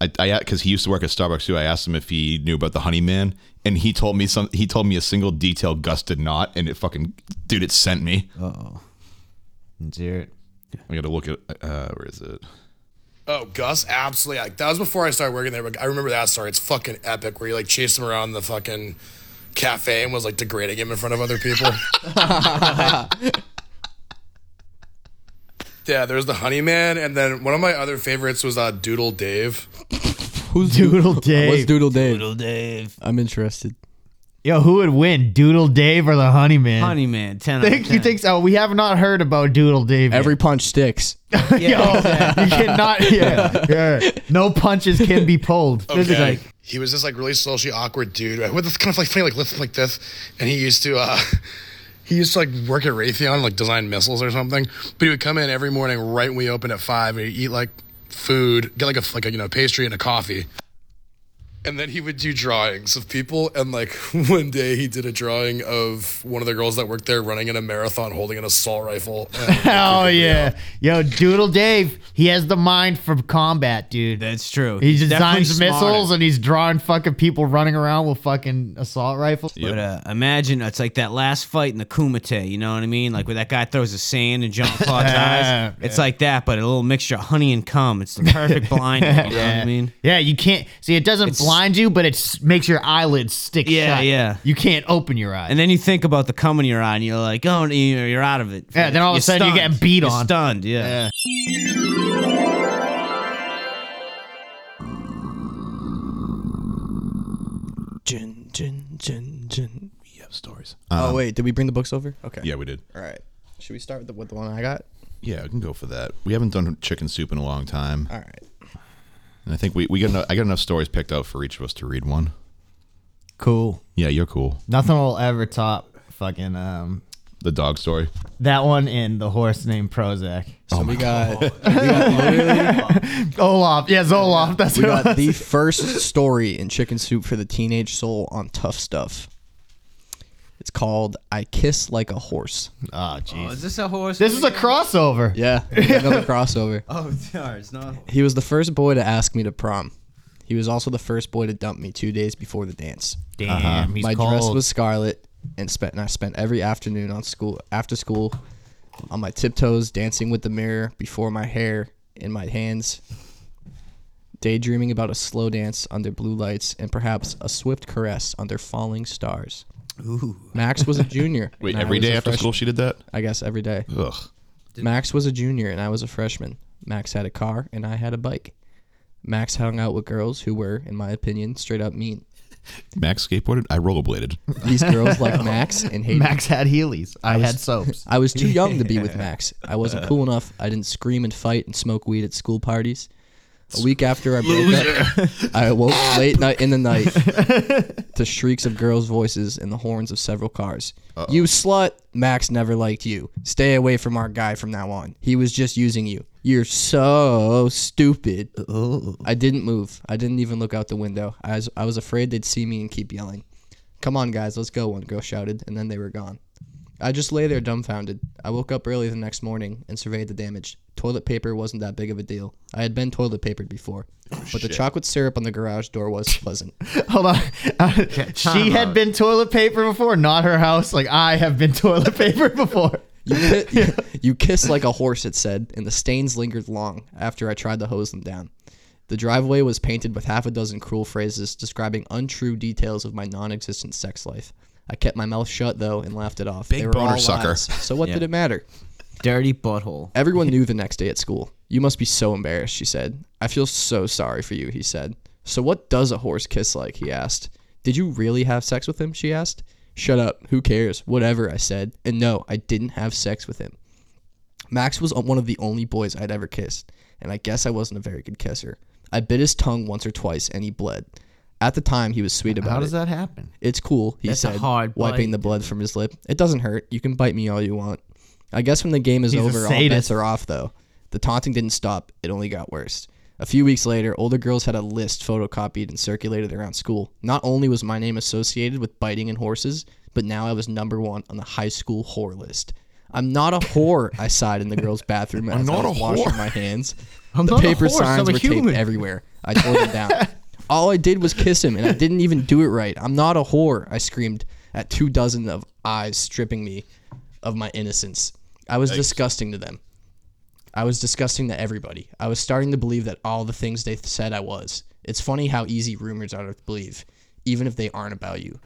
I, I because he used to work at Starbucks too. I asked him if he knew about the Honey Man, and he told me some. He told me a single detail Gus did not, and it fucking dude, it sent me. Let's hear it. I gotta look at uh, where is it? Oh, Gus, absolutely. Like, that was before I started working there, but I remember that story. It's fucking epic where you like chased him around the fucking cafe and was like degrading him in front of other people. yeah, there's the Honey Man, and then one of my other favorites was uh, Doodle Dave. Who's Doodle What's Dave. Doodle Dave? Dave. I'm interested. Yo, who would win, Doodle Dave or the Honey Man? Honey man, ten. Think you think so? We have not heard about Doodle Dave. yet. Every punch sticks. Yo, you cannot. Yeah, yeah. No punches can be pulled. Physically. Okay. he was this like really socially awkward dude with this kind of like funny like lips like this, and he used to uh he used to like work at Raytheon like design missiles or something. But he would come in every morning right when we opened at five, and he'd eat like food, get like a like a you know pastry and a coffee. And then he would do drawings of people, and like one day he did a drawing of one of the girls that worked there running in a marathon, holding an assault rifle. And- Hell yeah. Yo, Doodle Dave, he has the mind for combat, dude. That's true. he He's definitely designs smart. missiles and he's drawing fucking people running around with fucking assault rifles. But uh, imagine it's like that last fight in the Kumite. You know what I mean? Like where that guy throws the sand and Jean Claude's Yeah, eyes. It's like that, but a little mixture of honey and cum. It's the perfect blind. You know what I mean? Yeah, you can't see it doesn't blind you, but it s- makes your eyelids stick Yeah, shut. yeah. You can't open your eyes. And then you think about the cum in your eye, and you're like, oh, you're you're out of it. Yeah, then all of a sudden you're getting stunned. beat You're on. Stunned. Yeah. Jin, jin, jin, jin. You have stories. oh wait, did we bring the books over? Okay. Yeah, we did. All right. Should we start with the, with the one I got? Yeah, I can go for that. We haven't done chicken soup in a long time, All right. and I think we, we got enough, I got enough stories picked out for each of us to read one. cool. Yeah, you're cool. Nothing will ever top fucking um The dog story. that one and the horse named Prozac. So we got we got literally Olaf. Yeah, Zoloft. That's we what it got was. the first story in Chicken Soup for the Teenage Soul on Tough Stuff. It's called "I Kiss Like a Horse." Oh jeez. Is this a horse? This is a crossover. Yeah, another crossover. Oh, it's not. He was the first boy to ask me to prom. He was also the first boy to dump me two days before the dance. Damn, Um, he's My cold. dress was scarlet, and spent and I spent every afternoon on school after school, on my tiptoes dancing with the mirror before my hair in my hands, daydreaming about a slow dance under blue lights and perhaps a swift caress under falling stars. Max was a junior. Wait, and I every was day a after freshman. school she did that. I guess every day. Ugh. Max was a junior and I was a freshman. Max had a car and I had a bike. Max hung out with girls who were, in my opinion, straight up mean. Max skateboarded. I rollerbladed. These girls liked Max and hated. Max had Heelys. I, had soaps. I was too young to be with Max. I wasn't cool enough. I didn't scream and fight and smoke weed at school parties. A week after I broke up, I awoke late night in the night to shrieks of girls' voices and the horns of several cars. You slut! Max never liked you. Stay away from our guy from now on. He was just using you. You're so stupid. I didn't move. I didn't even look out the window. I was, I was afraid they'd see me and keep yelling. Come on, guys, let's go, one girl shouted, and then they were gone. I just lay there dumbfounded. I woke up early the next morning and surveyed the damage. Toilet paper wasn't that big of a deal. I had been toilet papered before, Oh, but the chocolate syrup on the garage door was pleasant. Hold on. Uh, she had been toilet paper before, not her house. Like I have been toilet paper before. You, ki- you, you kiss like a horse, it said, and the stains lingered long after I tried to hose them down. The driveway was painted with half a dozen cruel phrases describing untrue details of my non existent sex life. I kept my mouth shut, though, and laughed it off. Big they were boner all sucker. lies. So what Yeah. did it matter? Dirty butthole. Everyone knew the next day at school. You must be so embarrassed, she said. I feel so sorry for you, he said. So what does a horse kiss like? he asked. Did you really have sex with him? She asked. Shut up. Who cares? Whatever, I said. And no, I didn't have sex with him. Max was one of the only boys I'd ever kissed, and I guess I wasn't a very good kisser. I bit his tongue once or twice, and he bled. At the time, he was sweet about it. How does that happen? It's cool, he That's a said, hard wiping bite. the blood from his lip. It doesn't hurt. You can bite me all you want. I guess when the game is He's a over, all sadist. bets are off, though. The taunting didn't stop, it only got worse. A few weeks later, older girls had a list photocopied and circulated around school. Not only was my name associated with biting and horses, but now I was number one on the high school whore list. I'm not a whore, I sighed in the girls' bathroom as not I was a washing whore. my hands. I'm the not a paper horse, signs I'm a were human. taped everywhere. I tore them down. All I did was kiss him, and I didn't even do it right. I'm not a whore, I screamed at two dozen of eyes stripping me of my innocence. I was disgusting to them. I was disgusting to everybody. I was starting to believe that all the things they said I was. It's funny how easy rumors are to believe, even if they aren't about you.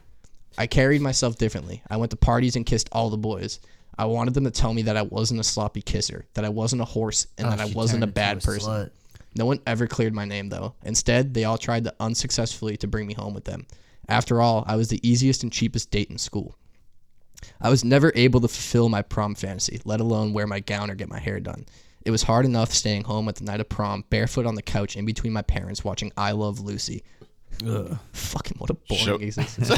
I carried myself differently. I went to parties and kissed all the boys. I wanted them to tell me that I wasn't a sloppy kisser, that I wasn't a horse, and that I wasn't a bad person. No one ever cleared my name though. Instead, they all tried to unsuccessfully to bring me home with them. After all, I was the easiest and cheapest date in school. I was never able to fulfill my prom fantasy, let alone wear my gown or get my hair done. It was hard enough staying home at the night of prom, barefoot on the couch in between my parents watching I Love Lucy. Fucking what a boring Show- existence.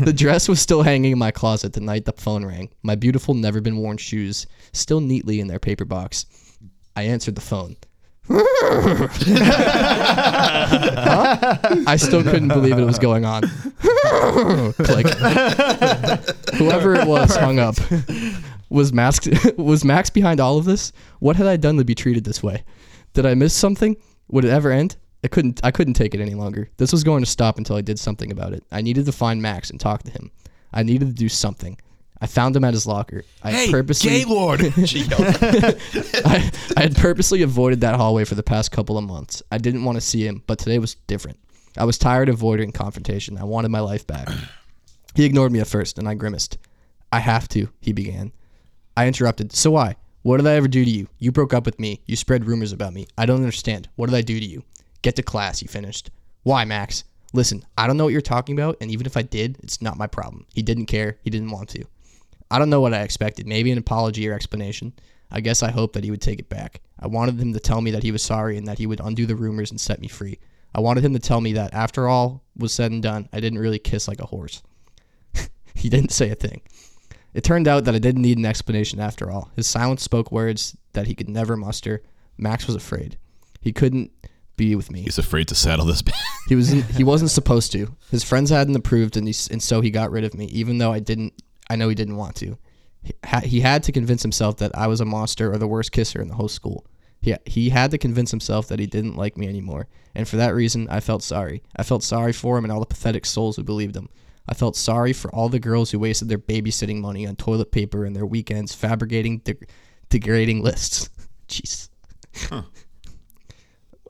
the dress was still hanging in my closet the night the phone rang. My beautiful, never been worn shoes still neatly in their paper box. I answered the phone. Huh? I still couldn't believe it was going on. Click. Whoever it was hung up. Was Max was Max behind all of this? What had I done to be treated this way? Did I miss something? Would it ever end? I couldn't I couldn't take it any longer. This was going to stop until I did something about it. I needed to find Max and talk to him. I needed to do something. I found him at his locker. I Hey, purposely gay lord. She yelled. I, I had purposely avoided that hallway for the past couple of months. I didn't want to see him, but today was different. I was tired of avoiding confrontation. I wanted my life back. He ignored me at first, and I grimaced. I have to, he began. I interrupted. So why? What did I ever do to you? You broke up with me. You spread rumors about me. I don't understand. What did I do to you? Get to class, he finished. Why, Max? Listen, I don't know what you're talking about, and even if I did, it's not my problem. He didn't care. He didn't want to. I don't know what I expected. Maybe an apology or explanation. I guess I hoped that he would take it back. I wanted him to tell me that he was sorry and that he would undo the rumors and set me free. I wanted him to tell me that after all was said and done, I didn't really kiss like a horse. he didn't say a thing. It turned out that I didn't need an explanation after all. His silence spoke words that he could never muster. Max was afraid. He couldn't be with me. He's afraid to saddle this. bitch. He was he wasn't supposed to. His friends hadn't approved, and he, s- and so he got rid of me. Even though I didn't, I know he didn't want to. He, ha, he had to convince himself that I was a monster or the worst kisser in the whole school. He he had to convince himself that he didn't like me anymore, and for that reason, I felt sorry. I felt sorry for him and all the pathetic souls who believed him. I felt sorry for all the girls who wasted their babysitting money on toilet paper and their weekends fabricating deg- degrading lists. Jeez.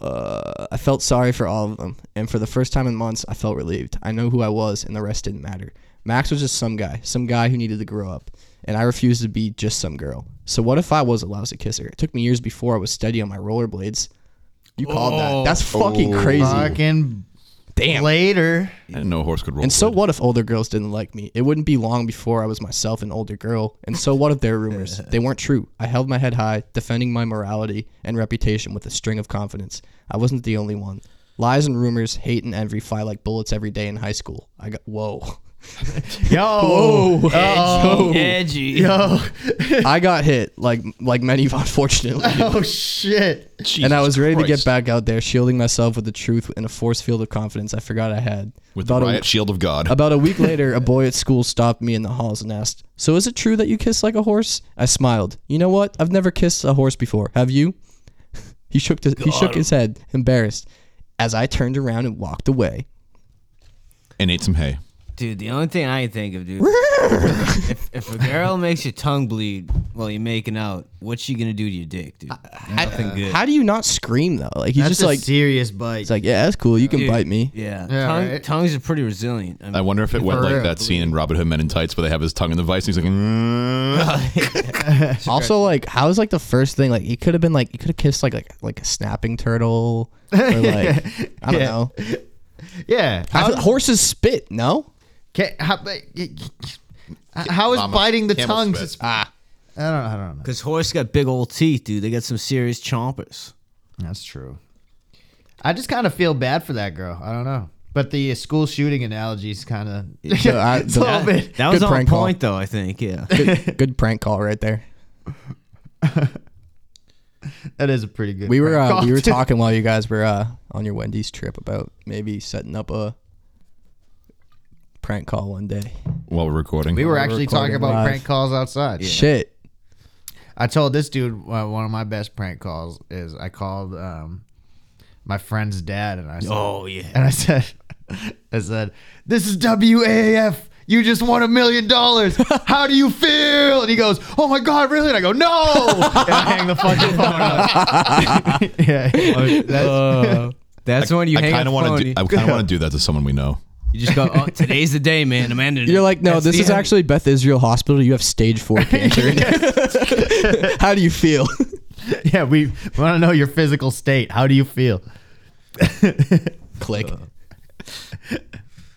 I felt sorry for all of them, and for the first time in months, I felt relieved. I know who I was, and the rest didn't matter. Max was just some guy, some guy who needed to grow up, and I refused to be just some girl. So what if I was a lousy kisser? It took me years before I was steady on my rollerblades. You called that? That's fucking crazy. Fucking Damn. later. I didn't know a horse could roll. And so blade. what if older girls didn't like me? It wouldn't be long before I was myself an older girl. And so what if their rumors? they weren't true. I held my head high, defending my morality and reputation with a string of confidence. I wasn't the only one. Lies and rumors, hate and envy fly like bullets every day in high school. I got whoa. Yo. Whoa. Uh-oh. Edgy. Yo. I got hit like like many unfortunately. Oh shit. Jesus and I was ready to Christ. get back out there, shielding myself with the truth and a force field of confidence I forgot I had. with the About a- riot shield of God. About a week later, a boy at school stopped me in the halls and asked, So is it true that you kiss like a horse? I smiled. You know what? I've never kissed a horse before. Have you? He shook, the, he shook his head, embarrassed, as I turned around and walked away. and ate some hay. Dude, the only thing I can think of, dude, if, if a girl makes your tongue bleed while you're making out, what's she gonna do to your dick, dude? Nothing good. How do you not scream, though? Like, he's That's just a like, serious bite. it's like, Yeah, that's cool. You can Dude, bite me. Yeah, Yeah, tongue, right. tongues are pretty resilient. I I mean, wonder if it went like real. that scene in Robin Hood Men in Tights where they have his tongue in the vice. And he's like, "Mm." Also, like, how's like the first thing? Like, he could have been like, you could have kissed like like like a snapping turtle, or like, I don't know. Yeah. I feel- horses spit. No, Can, how, how is Llama- biting the camel tongues? spit. it's- I don't. I don't know. Because horse got big old teeth, dude. They got some serious chompers. That's true. I just kind of feel bad for that girl. I don't know. But the uh, school shooting analogy is kind of Yeah, I- it's a little that- bit. That was Good on prank call. point, though. I think, yeah. good, good prank call right there. That is a pretty good. We were prank uh, call, we were too. talking while you guys were uh, on your Wendy's trip about maybe setting up a prank call one day. While we're recording. We were actually talking recording about live. prank calls outside. Shit. I told this dude uh, one of my best prank calls is I called um, my friend's dad and I said, Oh yeah. and I said, I said, this is WAAF. You just won a million dollars. How do you feel? And he goes, Oh my God, really? And I go, No. and I hang the fucking phone up. yeah. That's, Uh, That's when you I hang kind up of want phone, to. Do, you- I kind of want to do that to someone we know. You just go. Oh, today's the day, man. Amanda. You're like, no, that's this the is end." actually Beth Israel Hospital. You have stage four cancer. How do you feel? yeah. We want to know your physical state. How do you feel? Click.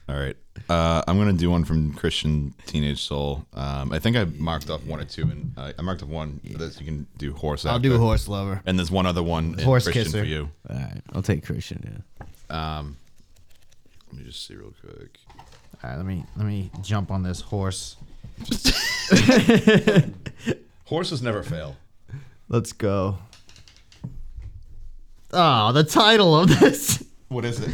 All right. Uh, I'm gonna do one from Christian Teenage Soul. Um, I think I marked off one or two, and uh, I marked off one that you can do horse. I'll do horse lover. And there's one other one. in Horse Christian kisser. for you. All right, I'll take Christian. Yeah. Let me just see real quick. All right. Let me, let me jump on this horse. Horses never fail. Let's go. Oh, the title of this. What is it?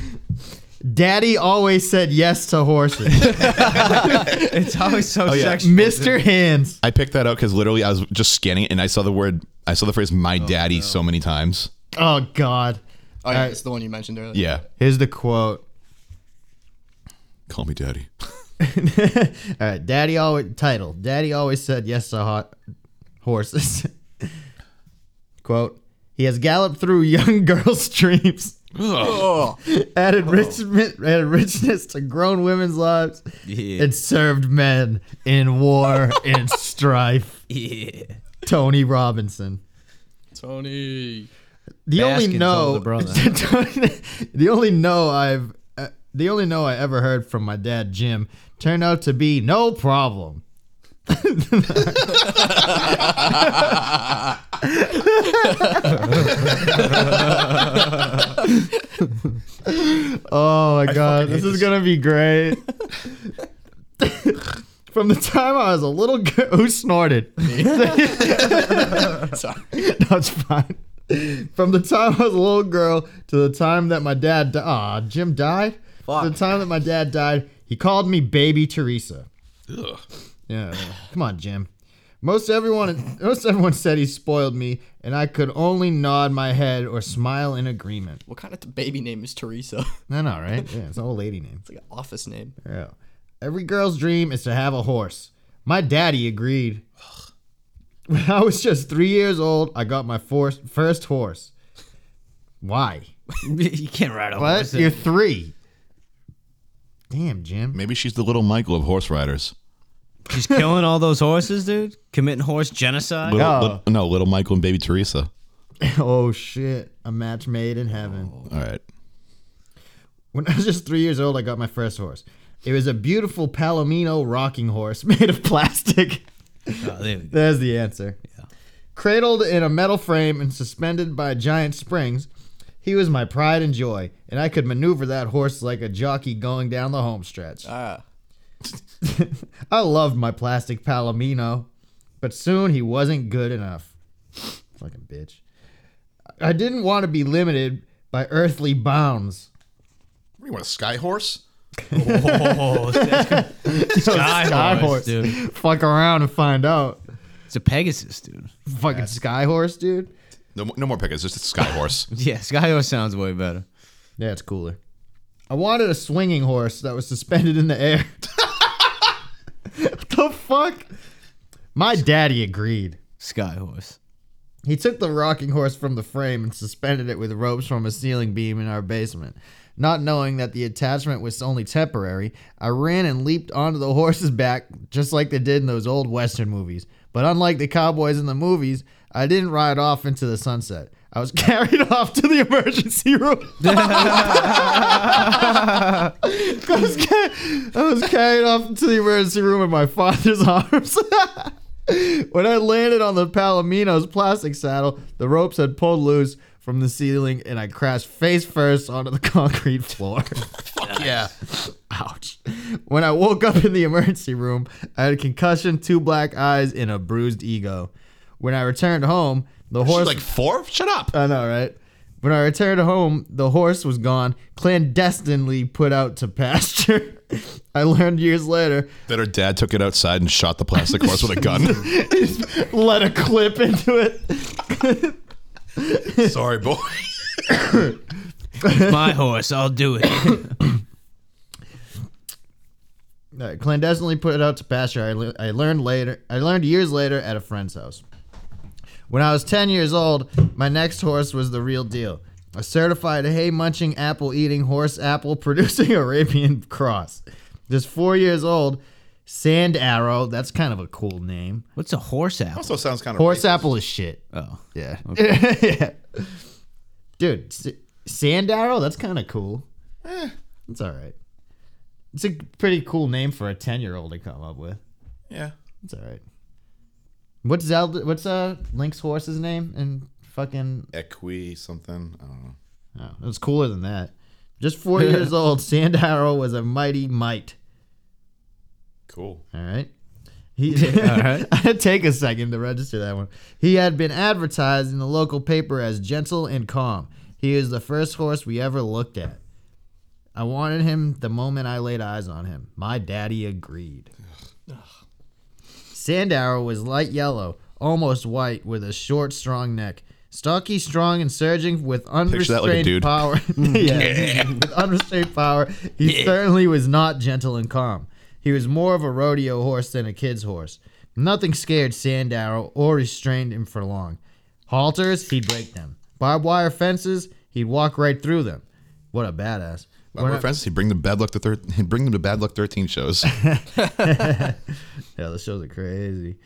Daddy always said yes to horses. It's always Oh, so yeah. sexual. Mr. Hands. I picked that up because literally I was just scanning it and I saw the word, I saw the phrase "my daddy" so many times. Oh, God. Oh, yeah, it's the one you mentioned earlier. Yeah, Here's the quote. call me daddy. All right, Daddy always title. Daddy always said yes to hot horses. Quote: He has galloped through young girls' dreams, Oh, added richness, added richness to grown women's lives, Yeah. and served men in war and strife. yeah. Tony Robinson. Tony. The only Baskin no, told the brother. the only no I've, uh, the only no I ever heard from my dad Jim turned out to be no problem. oh my god, this is gonna be great. From the time I was a little girl, who snorted? Sorry. That's fine. From the time I was a little girl to the time that my dad died. Aw, Jim died? To the time that my dad died, he called me Baby Teresa. Yeah. Come on, Jim. Most everyone, most everyone said he spoiled me, and I could only nod my head or smile in agreement. What kind of baby name is Teresa? I know, right? Yeah, it's an old lady name. It's like an office name. Yeah. Every girl's dream is to have a horse. My daddy agreed. When I was just three years old, I got my force, first horse. Why? you can't ride a What? horse. You're three. Damn, Jim. Maybe she's the little Michael of horse riders. She's killing all those horses, dude. Committing horse genocide. Little, Oh. lit- no, little Michael and baby Teresa. Oh shit. A match made in heaven. All right. When I was just three years old, I got my first horse. It was a beautiful Palomino rocking horse made of plastic. Oh, there we go. There's the answer. Cradled in a metal frame and suspended by giant springs, he was my pride and joy, and I could maneuver that horse like a jockey going down the home stretch. Ah. I loved my plastic Palomino, but soon he wasn't good enough. Fucking bitch. I didn't want to be limited by earthly bounds. What do you want, a sky horse? Oh, sky, Sky horse. horse, dude. Fuck around and find out. It's a Pegasus, dude. Fucking sky horse, dude. No, mo- no more pickers. Just a sky horse. Yeah, sky horse sounds way better. Yeah, it's cooler. I wanted a swinging horse that was suspended in the air. what the fuck? My daddy agreed. Sky horse. He took the rocking horse from the frame and suspended it with ropes from a ceiling beam in our basement. Not knowing that the attachment was only temporary, I ran and leaped onto the horse's back just like they did in those old Western movies. But unlike the cowboys in the movies, I didn't ride off into the sunset. I was carried off to the emergency room. I, was ca- I was carried off to the emergency room in my father's arms. when I landed on the Palomino's plastic saddle, the ropes had pulled loose from the ceiling and I crashed face first onto the concrete floor. Yeah. Ouch. When I woke up in the emergency room, I had a concussion, two black eyes, and a bruised ego. When I returned home, the She's horse. like four? Shut up. I know, right? When I returned home, the horse was gone, clandestinely put out to pasture. I learned years later, That her dad took it outside and shot the plastic horse with a gun. let a clip into it. Sorry, boy. My horse, I'll do it. All right, clandestinely put it out to pasture. I, le- I learned later. I learned years later at a friend's house. When I was 10 years old, my next horse was the real deal. A certified hay munching, apple eating, horse apple producing Arabian cross. Just four years old, Sand Arrow. That's kind of a cool name. What's a horse apple? Also sounds kind of Horse apple is shit. Oh, Yeah. yeah. Dude, S- Sand Arrow? That's kind of cool. It's all right. It's a pretty cool name for a 10 year old to come up with. Yeah. It's all right. What's Zelda? What's uh Link's horse's name? And fucking Equi something. I don't know. oh, it was cooler than that. Just four years old, Sand Arrow was a mighty might. Cool. All right. He, all right. I had to take a second to register that one. He had been advertised in the local paper as gentle and calm. He is the first horse we ever looked at. I wanted him the moment I laid eyes on him. My daddy agreed. Sand Arrow was light yellow, almost white, with a short, strong neck. Stocky, strong, and surging with that like a unrestrained dude. power. yeah. With unrestrained power, he certainly was not gentle and calm. He was more of a rodeo horse than a kid's horse. Nothing scared Sand Arrow or restrained him for long. Halters, he'd break them. Barbed wire fences, he'd walk right through them. What a badass. Wow, Francis, he bring them bad luck to thir- he'd bring them to bad luck thirteen shows. Yeah, the shows are crazy.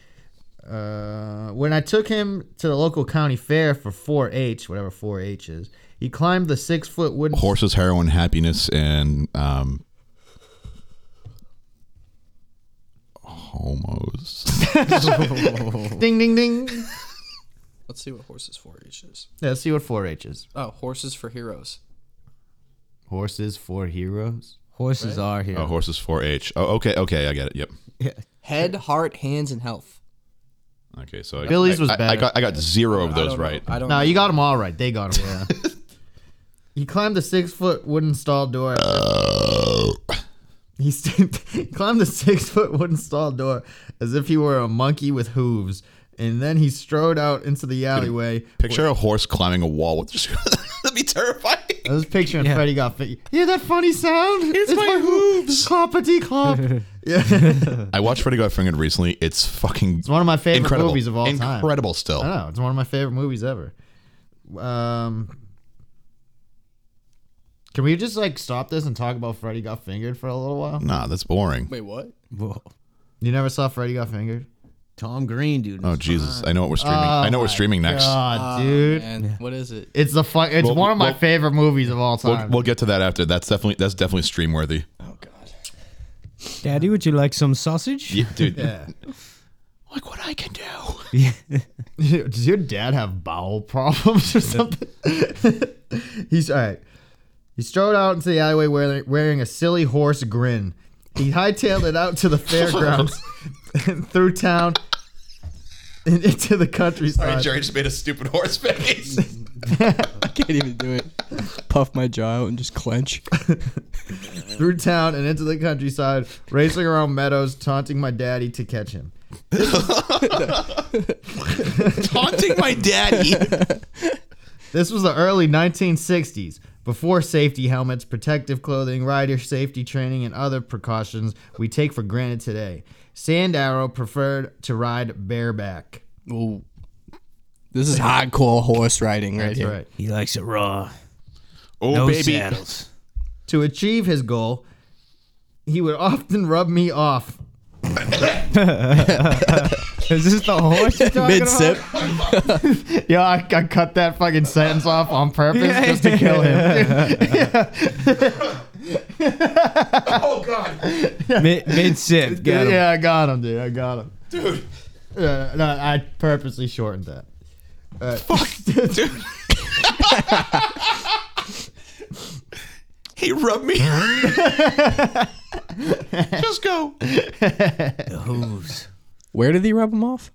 Uh, when I took him to the local county fair for 4-H, whatever 4-H is, he climbed the six-foot wooden. Horses, heroin, happiness, and um, homos. Ding ding ding. Yeah, Let's see what horses for H is. let's see what 4-H is. Oh, horses for heroes. Horses for heroes. horses are here. Oh, horses 4-H. Oh, okay, okay, I get it. Yep. Head, heart, hands, and health. Okay, so I, Billy's I, was I- I better. got I got zero of I those don't know. right. I don't. No, know. you got them all right. They got them right. he climbed the six-foot wooden stall door. He, st- he climbed the six foot wooden stall door as if he were a monkey with hooves, and then he strode out into the alleyway. Picture a horse climbing a wall with that'd be terrifying. I was picturing Freddy got fit. Hear that funny sound? It's, my, hooves. Clompity clomp. I watched Freddy Got Fingered recently. It's fucking It's one of my favorite incredible. movies of all incredible time. still. I know. It's one of my favorite movies ever. Um, can we just like stop this and talk about Freddy Got Fingered for a little while? Nah, that's boring. Wait, what? Whoa. You never saw Freddy Got Fingered? Tom Green, dude. Oh Jesus! I know what we're streaming. I know what we're streaming next. Uh-huh. Oh God, dude. Man, what is it? It's the fu- It's Well, one of my well- favorite movies of all We'll, time. we'll get to that after. That's definitely that's definitely stream worthy. Oh, Daddy, would you like some sausage? Yeah, dude. yeah. Look what I can do. Does your dad have bowel problems or something? He's all right. He strode out into the alleyway wearing, wearing a silly horse grin. He hightailed it out to the fairgrounds, and through town, and into the countryside. just made a stupid horse face. I can't even do it. Puff my jaw out and just clench. through town and into the countryside, racing around meadows, taunting my daddy to catch him. Taunting my daddy. This was the early 1960s. Before safety helmets, protective clothing, rider safety training, and other precautions we take for granted today, Sand Arrow preferred to ride bareback. Ooh. This is hardcore horse riding right That's here. right. He likes it raw. Oh No baby. saddles. To achieve his goal, he would often rub me off. Is this the horse you're talking Mid sip. Yo, I, I cut that fucking sentence off on purpose Yeah. just to kill him. Oh god, about? Mid, sip. Got him. yeah, I got him, dude. I got him. dude, Uh, no, I purposely shortened that. Uh, dude. he rubbed me. Just go. Hose. Where did he rub him off?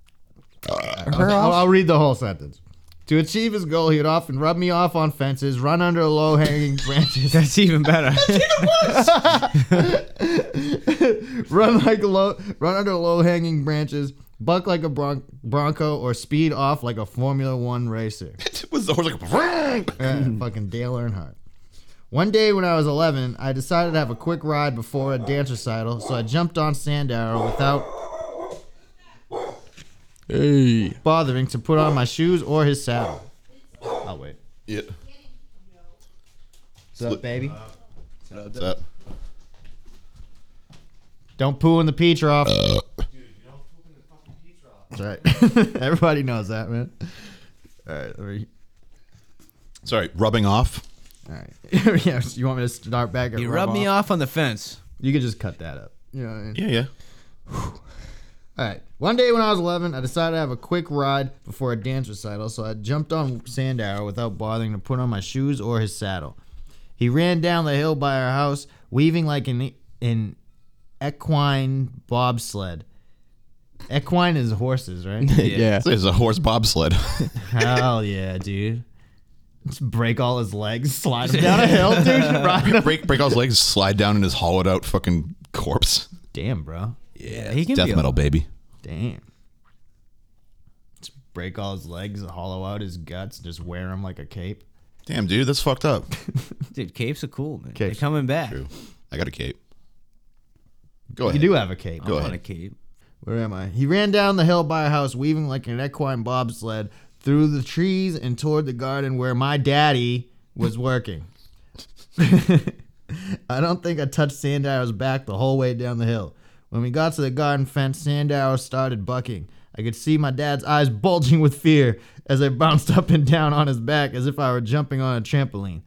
Her I'll, off? I'll read the whole sentence. To achieve his goal, he would often rub me off on fences, run under low hanging branches, That's even better. run like a low, run under low hanging branches, buck like a bron- bronco, or speed off like a Formula One racer. Was the horse like? Yeah, fucking Dale Earnhardt. One day when I was 11, I decided to have a quick ride before a dance recital, so I jumped on Sandow without Hey. bothering to put on my shoes or his saddle. I'll wait. Yeah. What's up, baby? What's up? Don't poo in the peach trough. That's right. Everybody knows that, man. All right. Let me, Sorry, rubbing off. all right. yeah, you want me to start back? at You rub rubbed me off? off on the fence. You can just cut that up. You know what I mean? Yeah, yeah. All right. One day when I was 11, I decided to have a quick ride before a dance recital, so I jumped on Sandow without bothering to put on my shoes or his saddle. He ran down the hill by our house, weaving like an, an equine bobsled. Equine is horses, right? Yeah. This is a horse bobsled. Hell yeah, dude. Just break all his legs, slide him down a hill, dude. Ride him. break break all his legs, slide down in his hollowed out fucking corpse. Damn, bro. Yeah, he can Death be a- metal baby. Damn. Just break all his legs, hollow out his guts, just wear him like a cape. Damn, dude, that's fucked up. Dude, capes are cool, man. Capes. They're coming back. True. I got a cape. Go You ahead. do have a cape. Go I want a ahead. cape. Where am I? He ran down the hill by a house, weaving like an equine bobsled through the trees and toward the garden where my daddy was working. I don't think I touched Sandow's back the whole way down the hill. When we got to the garden fence, Sandow started bucking. I could see my dad's eyes bulging with fear as I bounced up and down on his back as if I were jumping on a trampoline.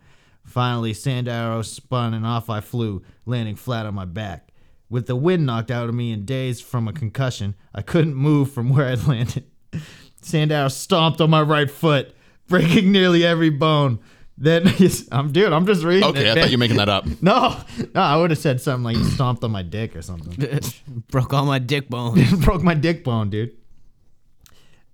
Finally, Sandow spun and off I flew, landing flat on my back. With the wind knocked out of me and dazed from a concussion, I couldn't move from where I'd landed. Sandow stomped on my right foot, breaking nearly every bone. Then I'm dude, I'm just reading. Okay, it, I man. thought you were making that up. No, no, I would have said something like you stomped on my dick or something. Broke all my dick bones. Broke my dick bone, dude.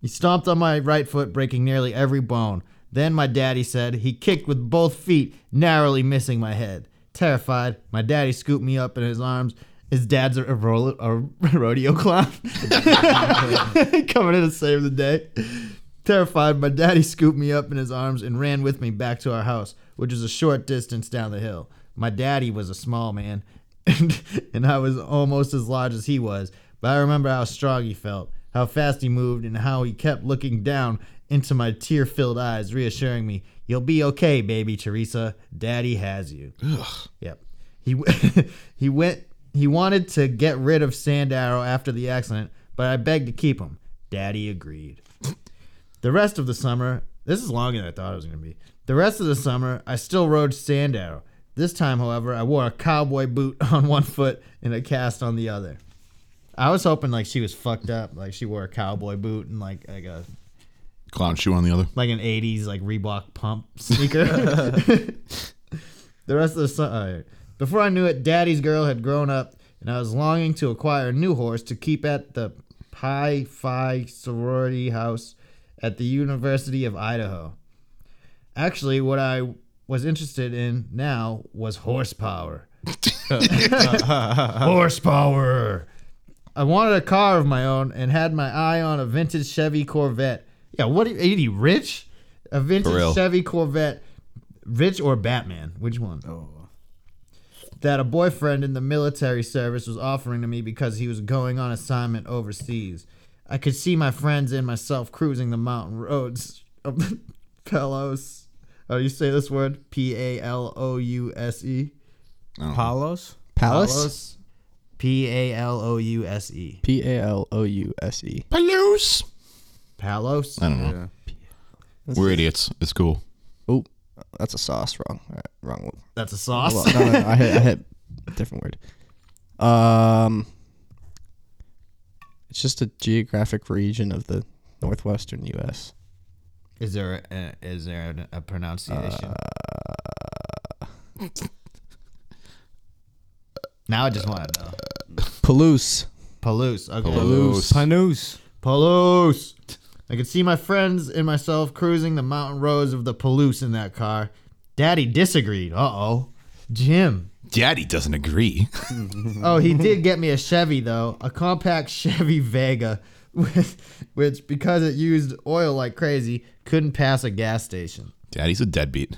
He stomped on my right foot, breaking nearly every bone. Then my daddy said he kicked with both feet, narrowly missing my head. Terrified, my daddy scooped me up in his arms. His dad's a, ro- a rodeo clown coming in to save the day. Terrified, my daddy scooped me up in his arms and ran with me back to our house, which was a short distance down the hill. My daddy was a small man, and, and I was almost as large as he was, but I remember how strong he felt, how fast he moved, and how he kept looking down into my tear filled eyes, reassuring me, You'll be okay, baby Teresa. Daddy has you. Yep. He w- he went he wanted to get rid of Sandarrow after the accident, but I begged to keep him. Daddy agreed. the rest of the summer, this is longer than I thought it was going to be. The rest of the summer, I still rode Sandarrow. This time, however, I wore a cowboy boot on one foot and a cast on the other. I was hoping like she was fucked up, like she wore a cowboy boot and like like a Clown shoe on the other. like an 80s like Reebok pump sneaker. the rest of the sun. all right. Before I knew it, Daddy's girl had grown up, and I was longing to acquire a new horse to keep at the Pi Phi sorority house at the University of Idaho. Actually, what I was interested in now was horsepower. horsepower. I wanted a car of my own and had my eye on a vintage Chevy Corvette. Yeah, what are you, are you rich? A For vintage real. Chevy Corvette. Rich or Batman? Which one? That a boyfriend in the military service was offering to me because he was going on assignment overseas. I could see my friends and myself cruising the mountain roads of the Palos. How do you say this word? P A L O U S E? Apollos? Palace? Palos? P A L O U S E. P A L O U S E. Palouse. Palos. I don't know. We're idiots. It's cool. Oh, that's a sauce. Wrong. All right, wrong. That's a sauce. Well, no, no, no, I hit. I hit a different word. Um, it's just a geographic region of the northwestern U.S. Is there a, is there an- a pronunciation? Uh. now I just want to know. Palouse. Palouse. Okay. Palouse. Panoose. Palouse. I could see my friends and myself cruising the mountain roads of the Palouse in that car. Daddy disagreed. Uh oh. Jim. Daddy doesn't agree. Oh, he did get me a Chevy though, a compact Chevy Vega, with, which because it used oil like crazy, couldn't pass a gas station. Daddy's a deadbeat.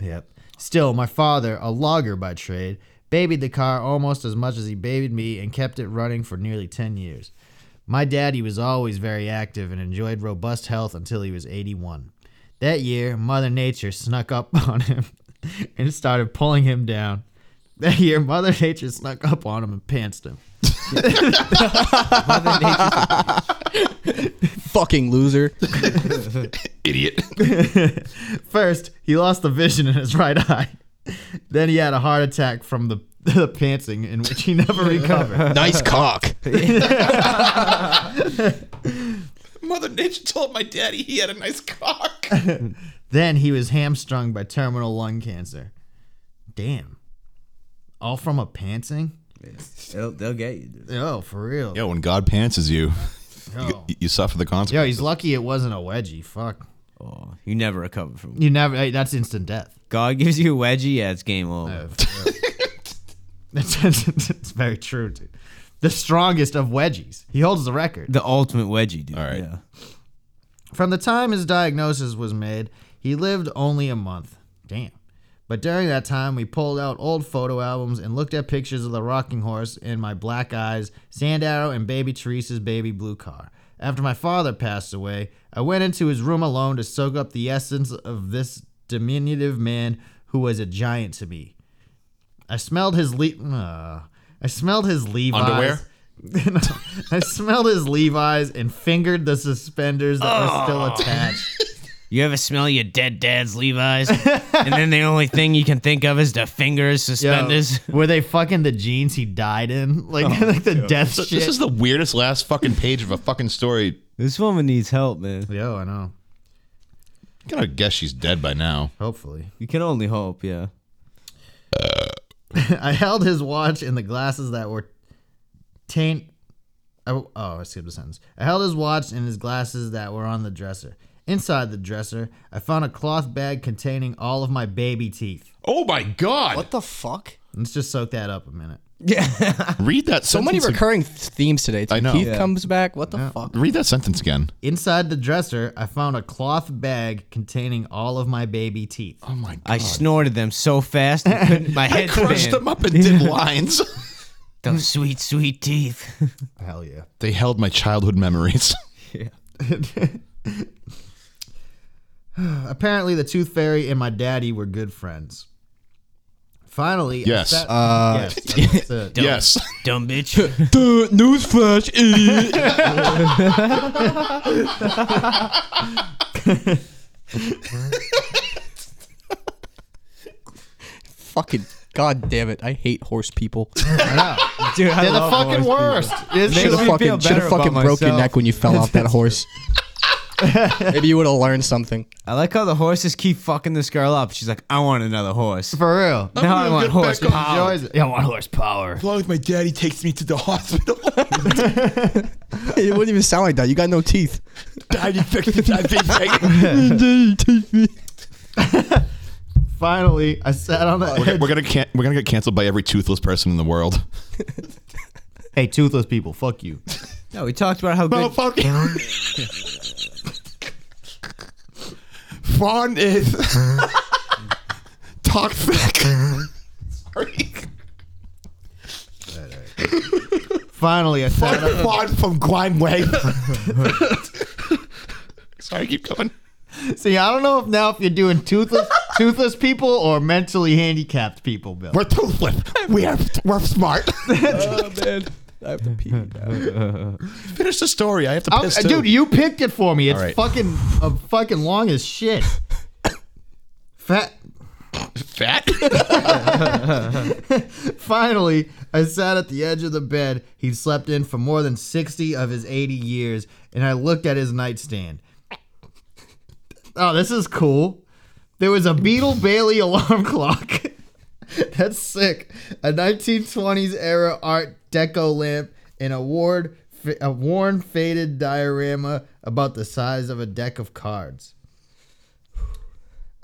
Yep. Still, my father, a logger by trade, babied the car almost as much as he babied me and kept it running for nearly 10 years. My daddy was always very active and enjoyed robust health until he was 81. That year, Mother Nature snuck up on him and started pulling him down. That year, Mother Nature snuck up on him and pantsed him. Fucking loser. Idiot. First, he lost the vision in his right eye. Then he had a heart attack from the, the pantsing, in which he never recovered. nice cock. Mother Nature told my daddy he had a nice cock. Then he was hamstrung by terminal lung cancer. Damn. All from a pantsing? They'll, they'll get you. dude. Yo, for real. Yo, when God pantses you, Yo. you suffer the Yo, consequences. he's lucky it wasn't a wedgie. Fuck. Oh, you never recover from. You never. Hey, that's instant death. God gives you a wedgie, yeah, it's game over. Uh, for real. that's, that's, that's very true, dude. The strongest of wedgies. He holds the record. The ultimate wedgie, dude. All right. Yeah. From the time his diagnosis was made, he lived only a month. Damn. But during that time, we pulled out old photo albums and looked at pictures of the rocking horse in my black eyes, Sand Arrow, and baby Teresa's baby blue car. After my father passed away, I went into his room alone to soak up the essence of this diminutive man who was a giant to me. I smelled his le- uh, I smelled his Levi's Underwear? I smelled his Levi's and fingered the suspenders that were still attached. You ever smell your dead dad's Levi's? and then the only thing you can think of is the fingers, suspenders. Were they fucking the jeans he died in? Like, like the death So shit. This is the weirdest last fucking page of a fucking story. This woman needs help, man. Yo, I know. I gotta guess she's dead by now. Hopefully. You can only hope, yeah. I held his watch and the glasses that were taint. Oh, oh, I skipped a sentence. I held his watch and his glasses that were on the dresser. Inside the dresser, I found a cloth bag containing all of my baby teeth. Oh my god! What the fuck? Let's just soak that up a minute. Read that So many sentence ag- recurring th- themes today. Too. I know. Keith Yeah. comes back. What the fuck? Read that sentence again. Inside the dresser, I found a cloth bag containing all of my baby teeth. Oh my god! I snorted them so fast, I couldn't- my head crushed spanned. them up and did lines. Those sweet, sweet teeth. Hell yeah. they held my childhood memories. Apparently, the tooth fairy and my daddy were good friends. Finally, I Yes. sat- yes, that's it. yes. Dumb bitch. Duh, newsflash, idiot. Fucking god damn it! I hate horse people. Dude, I They're the love fucking horse worst. It's Should Makes have me feel fucking, better should've fucking about broke your myself. neck when you fell off that horse. Maybe you would have learned something. I like how the horses keep fucking this girl up. She's like, I want another horse. for real. now I want horse power. Enjoys it. Yeah, I want horsepower. Along with my daddy takes me to the hospital. It wouldn't even sound like that. You got no teeth. Died infected. I've been Finally, I sat on the edge. We're gonna can- we're gonna get canceled by every toothless person in the world. Hey, toothless people, fuck you. No, we talked about how Oh, good. Motherfucker. Fawn is toxic. Sorry. Finally, I sat on Fawn from Guam Way. Sorry, keep going. See, I don't know if now if you're doing toothless toothless people or mentally handicapped people, Bill? We're toothless. We are we're smart. Oh man, I have to pee. now. Finish the story. I have to I'm- piss too. dude, you picked it for me. It's All right. fucking uh, fucking long as shit. Fat. fat. Finally, I sat at the edge of the bed he'd slept in for more than 60 of his 80 years, and I looked at his nightstand. Oh, this is cool. There was a Beetle Bailey alarm clock. That's sick. A 1920s era Art Deco lamp, an award, a worn faded diorama about the size of a deck of cards.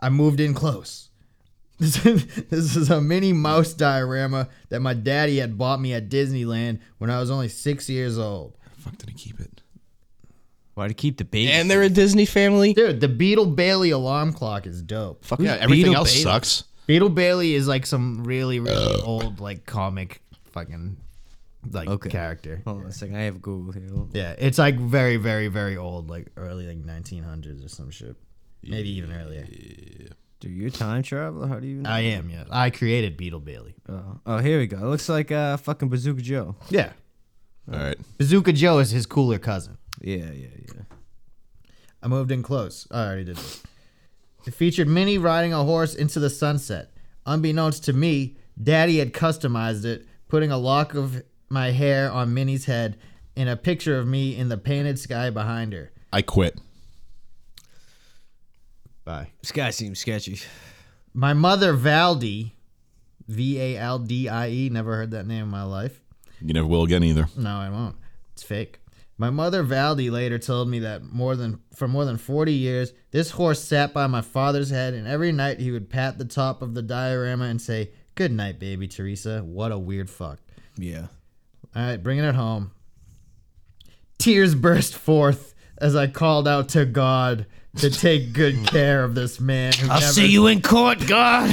I moved in close. This is, this is a mini mouse diorama that my daddy had bought me at Disneyland when I was only six years old. fuck did he keep it? Why to keep the baby? And they're a Disney family. Dude, the Beetle Bailey alarm clock is dope. Fucking Yeah, everything Beetle else Bailey. sucks. Beetle Bailey is like some really, really old, like comic fucking like Okay. character. Hold on a second. I have Google here. Hold on. Yeah, it's like very, very, very old, like early like 1900s or some shit. Maybe even earlier. Dude, you're a time traveler. How do you? Know? I am, yeah. I created Beetle Bailey. oh. oh, here we go. It looks like uh, fucking Bazooka Joe. Yeah. All right. Bazooka Joe is his cooler cousin. Yeah, yeah, yeah. I moved in close. I already did this. It featured Minnie riding a horse into the sunset. Unbeknownst to me, Daddy had customized it, putting a lock of my hair on Minnie's head and a picture of me in the painted sky behind her. I quit. Bye. This guy seems sketchy. My mother, Valdi, V A L D I E, never heard that name in my life. You never will again either. No, I won't. It's fake. My mother Valdi later told me that more than for more than 40 years, this horse sat by my father's head and every night he would pat the top of the diorama and say, "Good night, baby Teresa." What a weird fuck. Yeah. All right, bringing it home. Tears burst forth as I called out to God to take good care of this man. Who never- in court, God.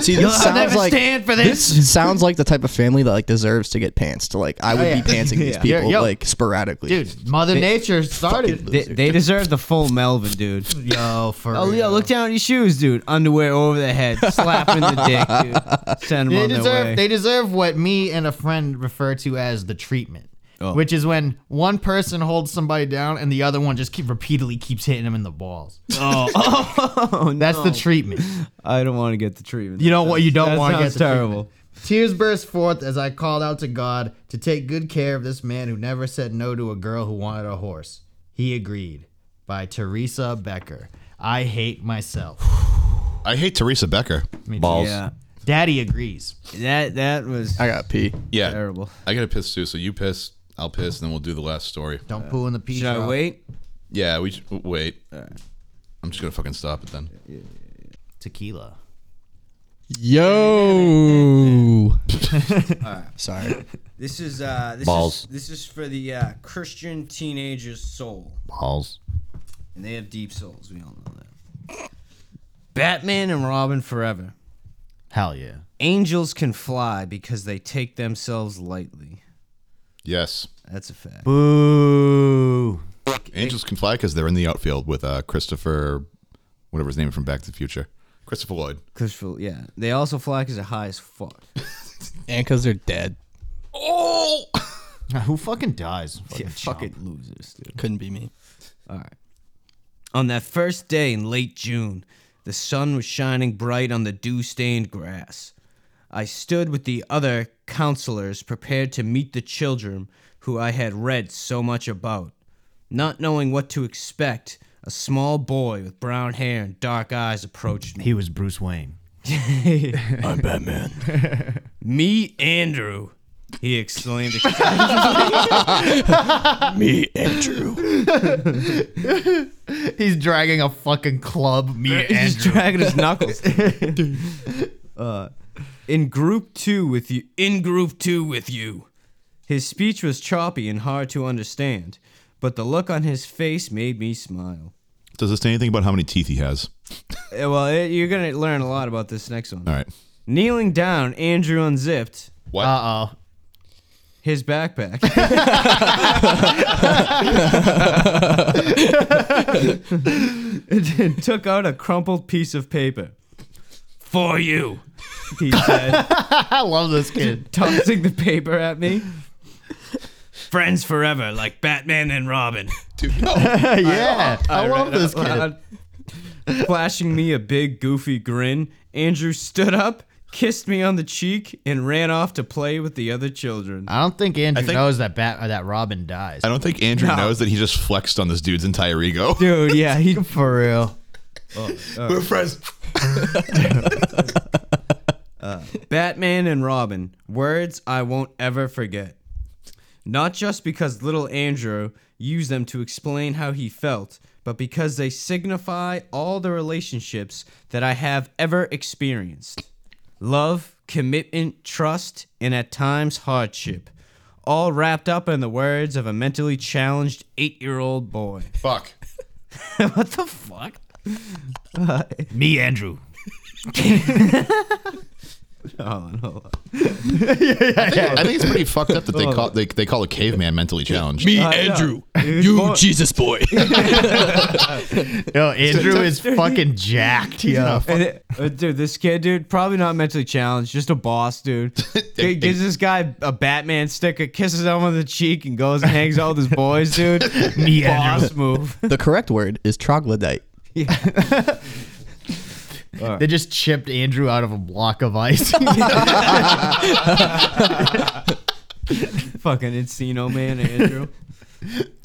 See, this sounds like stand for this sounds like the type of family that like deserves to get pantsed. Like I would yeah. be pantsing these Yeah. people Yo- like sporadically. Dude, Mother Nature started. They, they deserve the full Melvin, dude. Yo, for Oh, real. yeah, look down at your shoes, dude. Underwear over the head. Slap in the dick, dude. Send them They on their way. deserve they deserve what me and a friend refer to as the treatment. Oh. Which is when one person holds somebody down and the other one just keep repeatedly keeps hitting them in the balls. oh, That's no. the treatment. I don't want to get the treatment. You know what? You don't That want to get sounds the terrible. treatment. Tears burst forth as I called out to God to take good care of this man who never said no to a girl who wanted a horse. He agreed. By Teresa Becker. I hate myself. I hate Teresa Becker. Balls. Yeah, Daddy agrees. that that was I got pee. Yeah. Terrible. I gotta piss too. So you piss, I'll piss, and then we'll do the last story. Don't poo in the pee. Should I jar. wait? Yeah. We sh- wait. I'm just gonna fucking stop it then. Tequila. Yo. Sorry. This is uh this Balls. is this is for the uh, Christian teenager's soul. Balls. And they have deep souls, we all know that. Batman and Robin forever. Hell yeah. Angels can fly because they take themselves lightly. Yes. That's a fact. Boo. Angels can fly because they're in the outfield with uh, Christopher, whatever his name from Back to the Future, Christopher Lloyd. Cause for, yeah, they also fly because they're high as fuck. And because they're dead. Oh. Who fucking dies? Fucking Yeah, chump. fucking losers, dude. Couldn't be me. On that first day in late June, the sun was shining bright on the dew stained grass. I stood with the other counselors prepared to meet the children who I had read so much about. Not knowing what to expect, a small boy with brown hair and dark eyes approached me. He was Bruce Wayne. I'm Batman. me, Andrew, he exclaimed. Me, Andrew. He's dragging a fucking club. Me and He's Andrew. dragging his knuckles. Uh, in group two with you. In group two with you. His speech was choppy and hard to understand, but the look on his face made me smile. Does this say anything about how many teeth he has? Eh, Well, eh, you're gonna learn a lot about this next one. All right. Kneeling down, Andrew unzipped What? uh oh. his backpack. and took out a crumpled piece of paper. For you, he said, I love this kid. tossing the paper at me. Friends forever, like Batman and Robin. yeah, I, love this kid. loud. Flashing me a big, goofy grin, Andrew stood up, kissed me on the cheek, and ran off to play with the other children. I don't think Andrew think- knows that bat or that Robin dies. I don't think Andrew No. knows that he just flexed on this dude's entire ego. Dude, yeah, he For real. Oh, uh. We're friends. Uh, Batman and Robin, words I won't ever forget. Not just because little Andrew used them to explain how he felt, but because they signify all the relationships that I have ever experienced love, commitment, trust, and at times hardship. All wrapped up in the words of a mentally challenged eight year old boy. Fuck. what the fuck? Me, Andrew. Hold on, hold on. I think it's pretty fucked up that they Oh. call they, they call a caveman mentally challenged. Me, Andrew. You, more- Jesus boy. Yo, Andrew is fucking jacked. Yo. And it- uh, dude, this kid, dude, probably not mentally challenged, just a boss, dude. G- gives this guy a Batman sticker, kisses him on the cheek, and goes and hangs out with his boys, dude. Me, Andrew. boss move. the correct word is troglodyte. They just chipped Andrew out of a block of ice. Fucking Encino man, Andrew.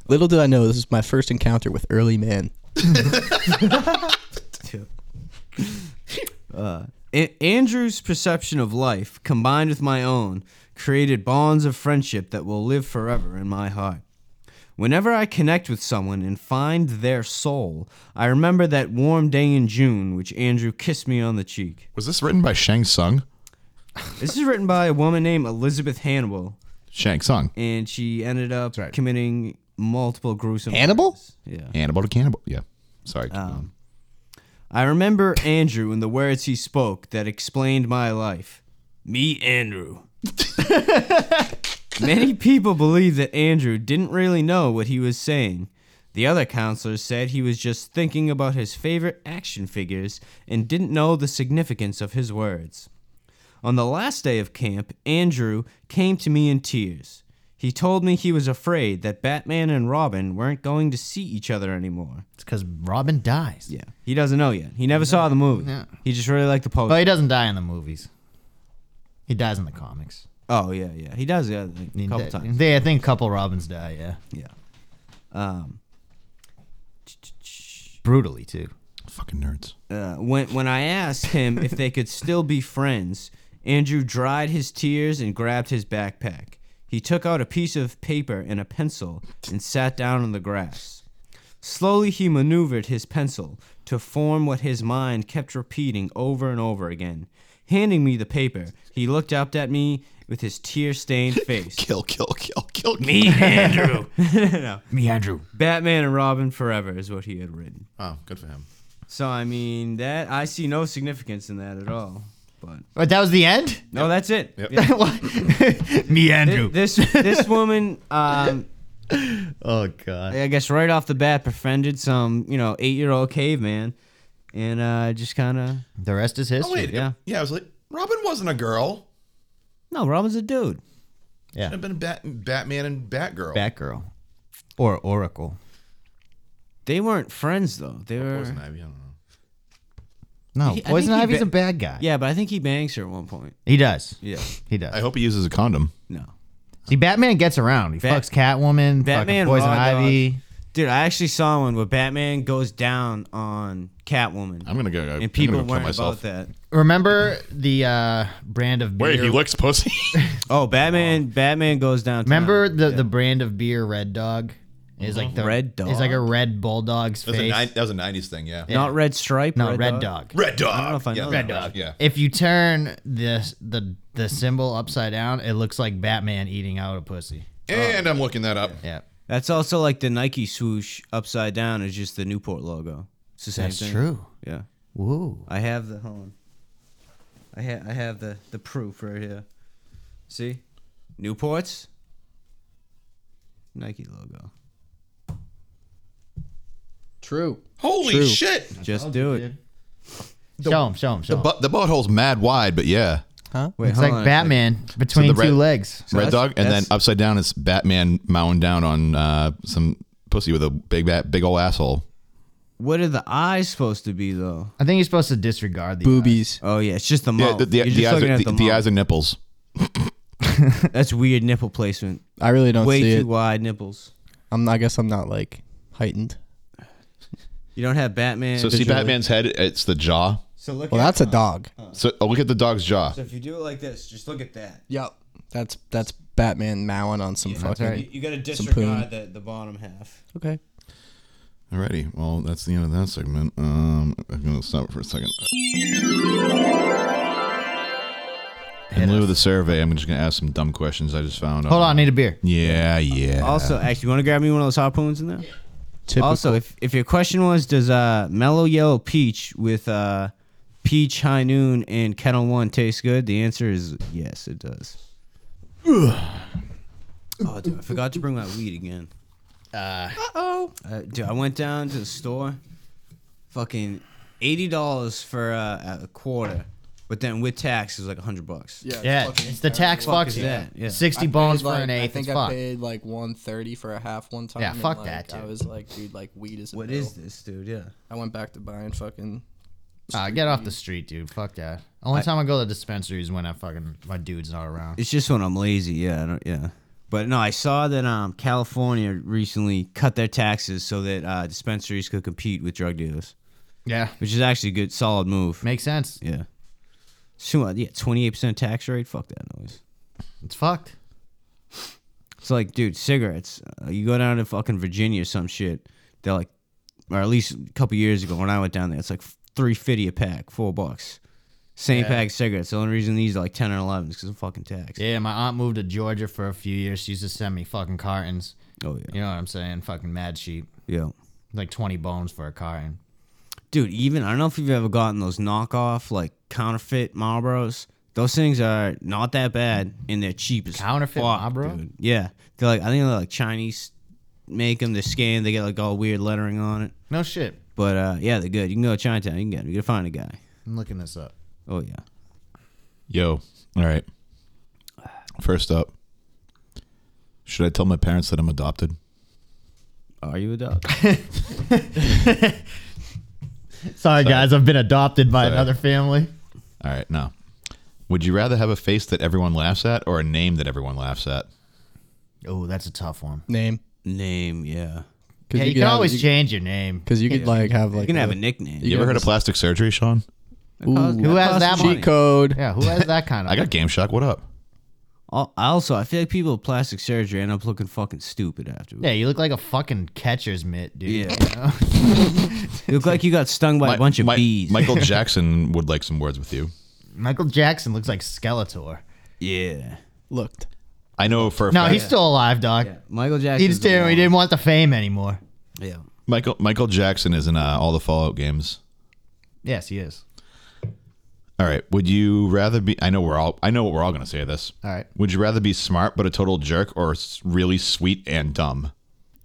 Little did I know this is my first encounter with early man. A- Andrew's perception of life, combined with my own, created bonds of friendship that will live forever in my heart. Whenever I connect with someone and find their soul, I remember that warm day in June which Andrew kissed me on the cheek. Was this written by Shang Tsung? This is written by a woman named Elizabeth Hannibal, Shang Tsung. and she ended up committing multiple gruesome. Hannibal? Yeah. Hannibal to cannibal. Yeah. Sorry. Oh. Um, I remember Andrew and the words he spoke that explained my life. Me, Andrew. Many people believe that Andrew didn't really know what he was saying. The other counselors said he was just thinking about his favorite action figures and didn't know the significance of his words. On the last day of camp, Andrew came to me in tears. He told me he was afraid that Batman and Robin weren't going to see each other anymore. it's because Robin dies. Yeah. He doesn't know yet. He never saw the movie. He just really liked the poster. Well, he doesn't die in the movies. He dies in the comics. oh yeah, yeah. He does the other thing a couple they, times. They, I think a couple Robins die, yeah. Yeah. Um Brutally, too. Fucking nerds. uh, when when I asked him if they could still be friends, Andrew dried his tears and grabbed his backpack. He took out a piece of paper and a pencil and sat down on the grass. Slowly he maneuvered his pencil to form what his mind kept repeating over and over again. Handing me the paper, he looked up at me with his tear-stained face. Kill, kill, kill, kill. kill. Me, Andrew. Me, Andrew. Batman and Robin forever is what he had written. Oh, good for him. So I mean that I see no significance in that at all. But But that was the end? no, that's it. Yep. Yeah. Me, Andrew. Th- This this woman, um, Oh, God. I guess right off the bat, befriended some you know eight year old caveman, and uh, just kind of The rest is history. yeah. Oh, Yeah, I was like, Robin wasn't a girl. no, Robin's a dude. yeah. I've been a Bat- Batman and Batgirl. Batgirl. Or Oracle. They weren't friends though. They were Poison Ivy, I don't know. No, He- I Poison think he Ivy's ba- a bad guy. yeah, but I think he bangs her at one point. He does. Yeah, He does. I hope he uses a condom. no, See, Batman gets around. He Bat- fucks Catwoman, Batman oh, Batman, Poison raw dog. Ivy. dude. I actually saw one where Batman goes down on Catwoman, I'm gonna go. I'm gonna and people go kill weren't myself. about that. Remember the uh, brand of beer? Wait, he licks pussy. Oh, Batman! Batman goes down. Remember the, the brand of beer Red Dog? Is like the Uh-huh. Red Dog? Is like a red bulldog's that, was a face. ni- that was a '90s thing, yeah. not Red Stripe. no, Red, Dog. Red dog. I don't know if I know Red that. dog. Uh, Yeah. If you turn this the the symbol upside down, it looks like Batman eating out a pussy. Oh. And I'm looking that up. Yeah, That's also like the Nike swoosh upside down is just the Newport logo. It's the same that's thing. true. Yeah, Woo. I have the hold on. I ha- I have the the proof right here. See, Newports Nike logo. True. Holy True. shit! Just do it. show him, show him, show The, Oh. him. bu- the butthole's mad wide, but yeah, Wait, it's hold like on a second. Batman between red- two legs. red that's- dog, and then that's- upside down it's Batman mowing down on uh, some pussy with a big bat, big old asshole. What are the eyes supposed to be though? I think you're supposed to disregard the Boobies. Oh yeah, it's just the mouth. Yeah, the, the, You're just the eyes looking are, at the, the the mouth. eyes are nipples. That's weird nipple placement. I really don't Way see too it. wide nipples. I'm. I guess I'm not like heightened. You don't have Batman. So see visually- Batman's head, it's the jaw. So look. Well, at, that's a dog. So oh, look at the dog's jaw. So if you do it like this, just look at that. Yep. That's that's Batman mowing on some fucking. You, you gotta poon. disregard the, the bottom half. Okay. Alrighty, well that's the end of that segment. Um, I'm gonna stop for a second. In lieu of the survey, I'm just gonna ask some dumb questions I just found. Hold on, I need a beer. Yeah, yeah. Also, actually, you want to grab me one of those harpoons in there? Typical. Also, if, if your question was, does uh, mellow yellow peach with uh, peach high noon and kettle one taste good? The answer is yes, it does. oh, dude, I forgot to bring my weed again. Uh oh. Dude, I went down to the store, fucking eighty dollars for uh, a quarter, but then with tax it was like hundred bucks. Yeah. Yeah, it's the tax Fuck box. is that? Yeah. Sixty bones for an eighth. I think it's I fuck. paid like 130 for a half one time. Yeah, and, fuck like, that, dude. I was like, dude, like weed is. A What bill. is this, dude? Yeah. I went back to buying fucking. Ah, get off the street, dude. Fuck that. Only time I go to the dispensary is when I fucking my dude's not around. It's just when I'm lazy. Yeah, I don't, yeah. But no, I saw that um, California recently cut their taxes so that uh, dispensaries could compete with drug dealers, Yeah, which is actually a good, solid move. makes sense. Yeah. So, uh, yeah, twenty eight percent tax rate. Fuck that noise. It's fucked. It's like, dude, cigarettes. Uh, you go down to fucking Virginia or some shit. They're like, or at least a couple years ago when I went down there, it's like three fifty a pack, four bucks. Same pack of cigarettes. The only reason these are like ten or eleven is because of fucking tax. Yeah, my aunt moved to Georgia for a few years. She used to send me fucking cartons. Oh You yeah. know what I'm saying? Fucking mad sheep. Yeah. Like twenty bones for a carton. dude. Even I don't know if you've ever gotten those knockoff like counterfeit Marlboros. Those things are not that bad, and they're cheap as Counterfeit fuck, Marlboro? dude. Yeah, they're like I think they're like Chinese make them. They're scanned. They get like all weird lettering on it. No shit. But uh, yeah, they're good. You can go to Chinatown. You can get them. You can find a guy. I'm looking this up. Oh yeah. Yo. All right. First up, should I tell my parents that I'm adopted? Are you a dog? Sorry, guys, I've been adopted by Sorry. another family. All right, now. Would you rather have a face that everyone laughs at or a name that everyone laughs at? Oh, that's a tough one. Name. Name, yeah. Cause Yeah, you, could can have- always you- change your name. Cause you could like have like You can have a- a nickname. You ever heard of plastic surgery, Sean? That costs- Ooh. Who has costs that money. cheat code. Yeah, who has that kind of? I got Game Shock. What up? Al- Also, I feel like people with plastic surgery end up looking fucking stupid afterwards. Yeah, you look like a fucking catcher's mitt, dude. Yeah. you look like you got stung by a bunch of Mi- bees. Michael Jackson would like some words with you. Michael Jackson looks like Skeletor. yeah. Looked. I know for a No, fact. he's still alive, dog. Michael Jackson. He just didn't, he didn't want the fame anymore. Yeah. Michael Michael Jackson is in uh, all the Fallout games. Yes, he is. All right. Would you rather be? I know we're all. I know what we're all gonna say. This. All right. Would you rather be smart but a total jerk, or s- really sweet and dumb?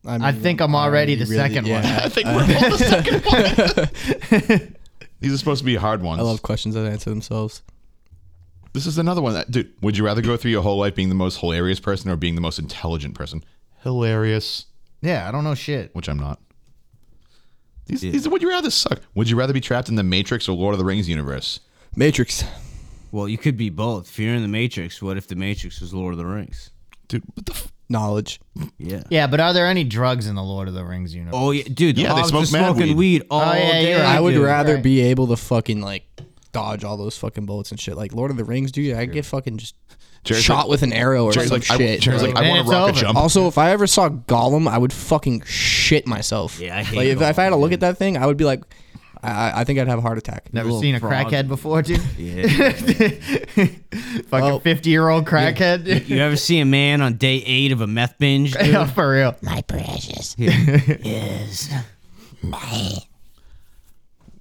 mean, I think I'm already the really- second yeah. one. I think we're all the second one. These are supposed to be hard ones. I love questions that answer themselves. This is another one that, dude, would you rather go through your whole life being the most hilarious person or being the most intelligent person? Hilarious, Yeah, I don't know shit. which I'm not. These, these would you rather suck? Would you rather be trapped in the Matrix or Lord of the Rings universe? Matrix. Well, you could be both. If you're in the Matrix, what if the Matrix was Lord of the Rings? Dude, what the f- Knowledge. Yeah. Yeah, but are there any drugs in the Lord of the Rings universe? Oh yeah, dude. Yeah, Yeah, they Hobbs smoke was mad smoking weed. weed, all Oh, yeah, day. you're right. I would dude. rather Right. be able to fucking like dodge all those fucking bullets and shit. Like Lord of the Rings, dude, I get fucking just Jerry's shot like- with an arrow or Jerry's some like, I, shit. Jerry's bro. like, I Then want it's to rock a over. jump. also, if I ever saw Gollum, I would fucking shit myself. Yeah, I hate like if, if I had to Gollum, look at that thing, I would be like, I, I- I think I'd have a heart attack. Never little seen a frog. crackhead before, dude. Yeah. Fucking fifty-year-old crackhead. dude. you ever see a man on day eight of a meth binge? dude? Yeah, for real. yes.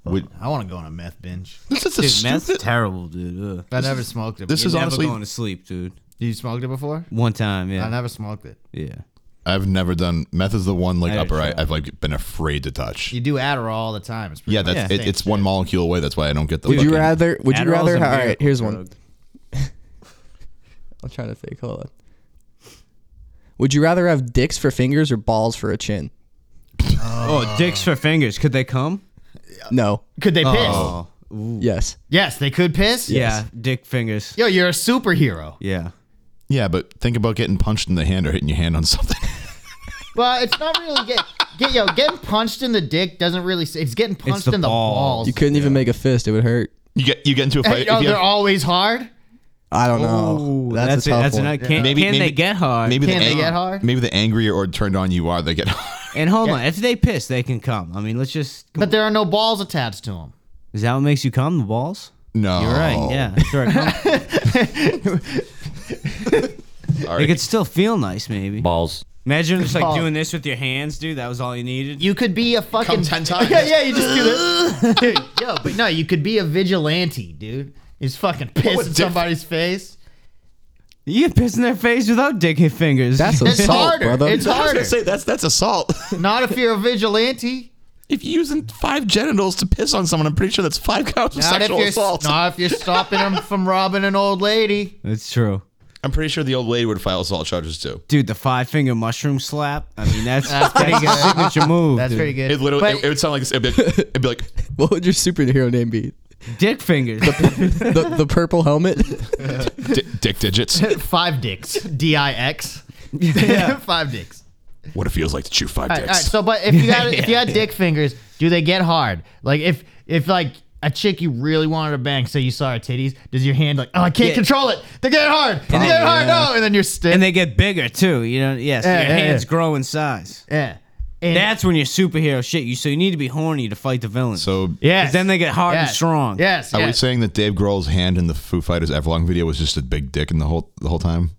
Would- I want to go on a meth binge. this is a Dude, meth's stupid. terrible, dude. Ugh. I never smoked it. This This is is Never honestly- going to sleep, dude. you smoked it before? One time, yeah. I never smoked it. Yeah. I've never done meth is the one like I had a upper I, shot. I've like been afraid to touch. You do Adderall all the time. It's pretty Yeah, much that's the it, same it's shit. one molecule away. That's why I don't get the. Would you fucking- rather? Would you Adderall's rather? a All right, miracle here's one. drug. I'm trying to think. Hold on. Would you rather have dicks for fingers or balls for a chin? Oh, dicks for fingers. Could they come? No. Could they piss? Oh, Yes. Yes, they could piss. yeah, dick fingers. Yo, you're a superhero. Yeah. Yeah, but think about getting punched in the hand or hitting your hand on something. Well, it's not really get, get yo getting punched in the dick doesn't really. s- It's getting punched the in the balls. balls. You couldn't even make a fist. It would hurt. you get you get into a Hey, fight. yo, if you they're have- always hard. I don't know. That's, a it. tough that's one. an- can Maybe- can they maybe- get hard? maybe Can the they ang- get hard? Maybe the angrier or turned on you are, they get. And hold on, if they piss, they can come. I mean, let's just. But there are no balls attached to them. Is that what makes you come? The balls? no, You're right. Yeah. Sure. it comes. All It right. could still feel nice, maybe. Balls. Imagine just like Ball. doing this with your hands, dude. That was all you needed. You could be a fucking Come 10 times. Yeah, yeah. You just do this. Dude, yo, but no, you could be a vigilante, dude. He's fucking piss in diff- somebody's face. You can piss in their face without dick and fingers. That's It's assault, harder. brother. It's I was harder. gonna say that's that's assault. Not if you're a vigilante. if you're using five genitals to piss on someone, I'm pretty sure that's five counts of Not if sexual you're assault. not if you're stopping him from robbing an old lady. That's true. I'm pretty sure the old lady would file assault charges too. Dude, the five finger mushroom slap. I mean, that's that's, pretty a good. signature move. That's dude. pretty good. It literally But- it, it would sound like this. It'd be like, it'd be like What would your superhero name be? Dick fingers. The, the purple helmet. di- dick digits. Five dicks. D I X. Five dicks. What it feels like to chew five All right, all dicks. right. So, but if you got if you had dick fingers, do they get hard? Like if if like a chick you really wanted to bang, say you saw her titties, does your hand like oh I can't Yeah. control it? They get hard. They get hard. No, and then you're stiff. and they get bigger too. You know, yes, Yeah, your yeah, hands yeah. grow in size. yeah. And, That's when you're superhero shit. You so you need to be horny to fight the villains. So yes. 'Cause then they get hard and Yes. strong. Yes. Are we yes. saying that Dave Grohl's hand in the Foo Fighters Everlong video was just a big dick in the whole the whole time?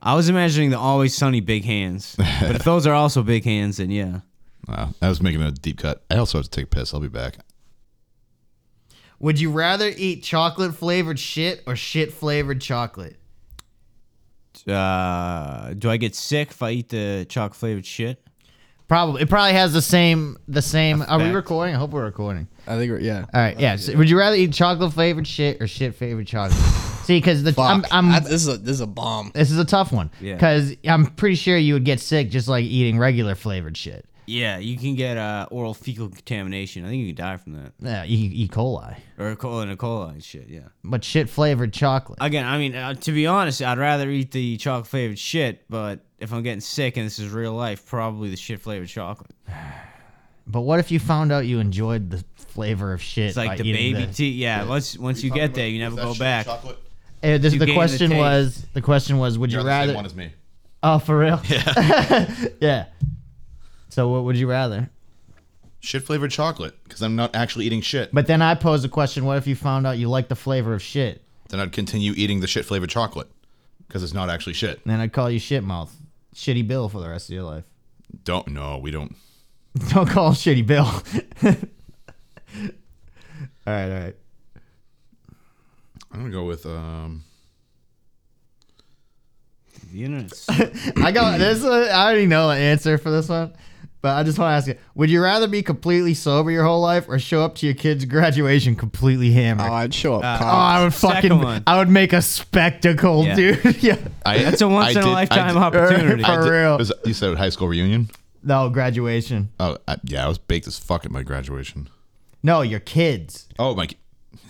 I was imagining the always sunny big hands, but if those are also big hands, then yeah. Wow, I was making a deep cut. I also have to take a piss. I'll be back. Would you rather eat chocolate flavored shit or shit flavored chocolate? Uh, do I get sick if I eat the chalk flavored shit? Probably. It probably has the same the same. Are we Effect. recording? I hope we're recording. I think. we're- Yeah. All right. Yeah. So would you rather eat chocolate flavored shit or shit flavored chocolate? See, because the I'm, Fuck. I'm That- this is a this is a bomb. This is a tough one Yeah. because I'm pretty sure you would get sick just like eating regular flavored shit. Yeah, you can get uh, oral fecal contamination. I think you can die from that, Yeah, e-, e. coli, or colon and coli and shit. Yeah. but shit flavored chocolate. Again, I mean, uh, to be honest, I'd rather eat the chalk flavored shit, but if I'm getting sick and this is real life, probably the shit flavored chocolate. But what if you found out you enjoyed the flavor of shit? It's like by the eating baby tea. Yeah, once once you get there, you never go back. Uh, this, You the gain the question taste. was the question was would you rather? me. oh, for real? Yeah. So what would you rather? Shit flavored chocolate because I'm not actually eating shit. But then I pose the question: What if you found out you like the flavor of shit? Then I'd continue eating the shit flavored chocolate because it's not actually shit. And then I'd call you shit mouth, shitty Bill for the rest of your life. Don't no, we don't. Don't call him Shitty Bill. all right, all right. I'm gonna go with um. The internet's I got this. One, I already know the answer for this one, but I just want to ask you: Would you rather be completely sober your whole life, or show up to your kid's graduation completely hammered? Oh, I'd show up. oh, I would second fucking, one. I would make a spectacle, Yeah. dude. yeah. I, That's a once in a lifetime opportunity. For real. Was- you said high school reunion. No graduation. Oh I, yeah, I was baked as fuck at my graduation. No, your kids. Oh my.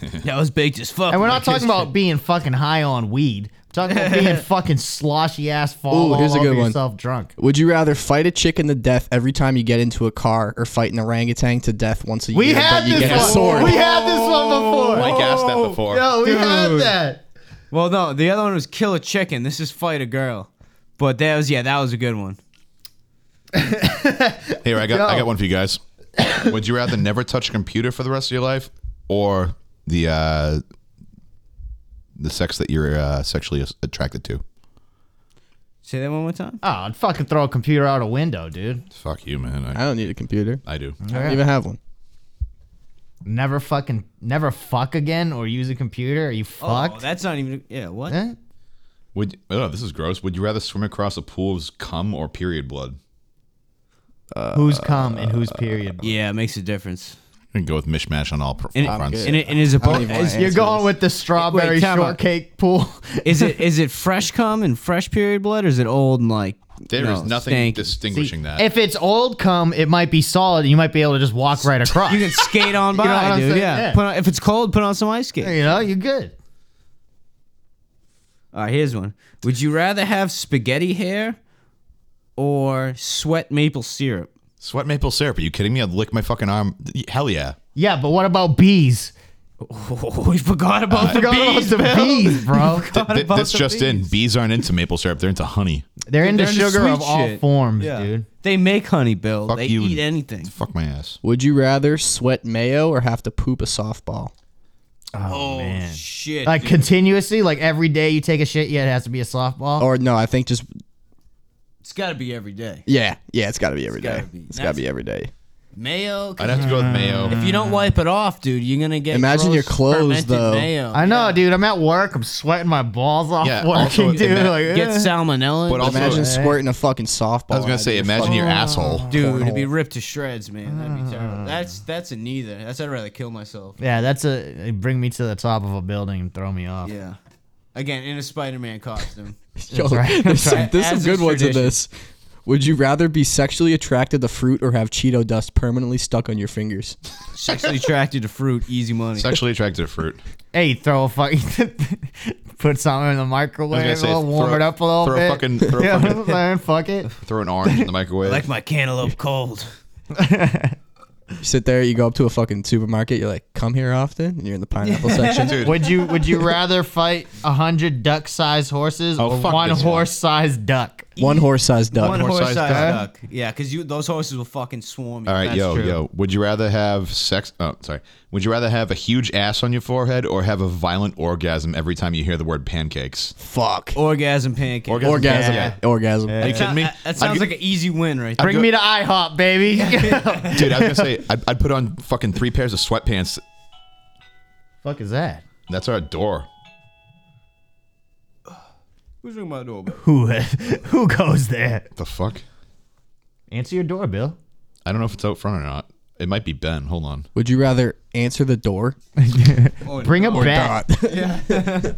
that was baked as fuck. And we're My not kids- talking about being fucking high on weed. We're talking about being fucking sloshy ass fall Ooh, here's a all good over one. yourself drunk. Would you rather fight a chicken to death every time you get into a car, or fight an orangutan to death once a We year? had but you this get one. a sword. We had this one before. I gassed Oh, that before. Yo, we had Dude. that. Well, no, the other one was kill a chicken. This is fight a girl. But that was yeah, that was a good one. Here, I got I Yo. got one for you guys. Would you rather never touch a computer for the rest of your life, or the uh, the sex that you're uh, sexually as- attracted to? Say that one more time. Oh, I'd fucking throw a computer out a window, dude. Fuck you, man. I don't need a computer. I, I do. I don't even have one. Never fucking, never fuck again or use a computer. Are you Oh, fucked? Eh? that's not even yeah. What? Huh? Would oh, this is gross. Would you rather swim across a pool of cum or period blood? who's cum and who's period? Yeah, it makes a difference. I can go with mishmash on all pr- And, it, fronts. and, it, and is it both? even wanna Is, You're going with the strawberry Wait, time out. shortcake pool. is it is it fresh cum and fresh period blood, or is it old and like There is no, nothing stanky? distinguishing that. if it's old cum, it might be solid. and You might be able to just walk right across. You can skate on by, know what I'm dude. saying? Yeah. Yeah. Put on, if it's cold, put on some ice skates. you know, you're good. All right, here's one. Would you rather have spaghetti hair or sweat maple syrup? Sweat maple syrup. Are you kidding me? I'd lick my fucking arm. Hell yeah. Yeah, but what about bees? Oh, we forgot about the Forgot about bees. the bees, bro. Th- th- about this the just in. Bees aren't into maple syrup. They're into honey. They're into They're into sugar sweet of all shit. forms, Yeah. dude. They make honey, Bill. Fuck they you. eat anything. Fuck my ass. Would you rather sweat mayo or have to poop a softball? Oh shit! Like continuously, like every day you take a shit, yeah, it has to be a softball. Or no, I think just it's got to be every day. yeah, yeah. It's got to be every gotta day. be. It's got to be every day. Mayo. 'cause I'd have to go with if mayo. you don't wipe it off, dude, you're gonna get. Imagine gross your clothes, fermented though. Mayo. I know, dude. I'm at work. I'm sweating my balls off Yeah, working, also, dude. ima- like, Get eh. salmonella. But also, Imagine I squirting a fucking softball. was gonna out of say, your imagine your asshole. dude, it'd be ripped to shreds, man. That'd be terrible. Mm. That's that's a neither. That's I'd rather kill myself. yeah, that's a it'd bring me to the top of a building and throw me off. Yeah. Again, in a Spider-Man costume. Yo, there's some, there's some As good is ones in tradition. this. Would you rather be sexually attracted to fruit or have Cheeto dust permanently stuck on your fingers? Sexually attracted to fruit, easy money. Sexually attracted to fruit. Hey, throw a fucking put something in the microwave, say, a little, warm throw- it up a little throw a bit. fucking- throw a yeah, fucking- what I'm saying? fuck it. Throw an orange in the microwave. like my cantaloupe cold. You sit there, you go up to a fucking supermarket, you're like, come here often, and you're in the pineapple section. Dude, Would you would you rather fight a hundred duck-sized horses Oh, or fuck one this one. horse-sized duck? One horse-sized duck. One horse-sized horse-sized duck. Yeah, because you those horses will fucking swarm you. All right, That's yo, true. yo. Would you rather have sex? Oh, sorry. Would you rather have a huge ass on your forehead or have a violent orgasm every time you hear the word pancakes? Fuck. Orgasm pancake. Orgasm. Yeah. Orgasm. Are you kidding me? That, that I'd, sounds like an easy win right there. Bring me to IHOP, baby. like dude. I was gonna say I'd, I'd put on fucking three pairs of sweatpants. fuck is that? That's our door. Who's ringing my doorbell? Who who goes there? The fuck? Answer your door, Bill. I don't know if it's out front or not. It might be Ben. Hold on. Would you rather answer the door? Bring a bat. Dot.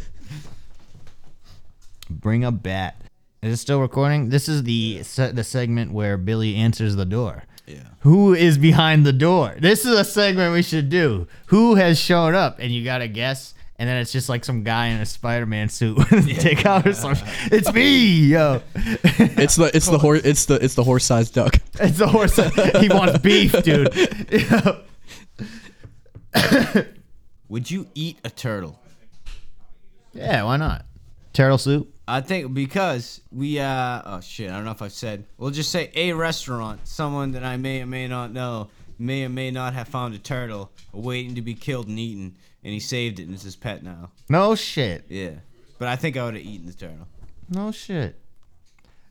Bring a bat. Is it still recording? This is the se- the segment where Billy answers the door. Yeah. Who is behind the door? This is a segment we should do. Who has shown up? And you gotta guess. And then it's just like some guy in a Spider-Man suit with a dick out or something. It's me, yo. it's the it's the horse it's the it's the horse-sized duck. It's the horse. he wants beef, dude. Yo. Would you eat a turtle? Yeah, why not? Turtle soup. I think because we uh oh shit, I don't know if I've said we'll just say a restaurant, someone that I may or may not know, may or may not have found a turtle waiting to be killed and eaten, and he saved it and it's his pet now. No shit. Yeah. But I think I would have eaten the turtle. No shit.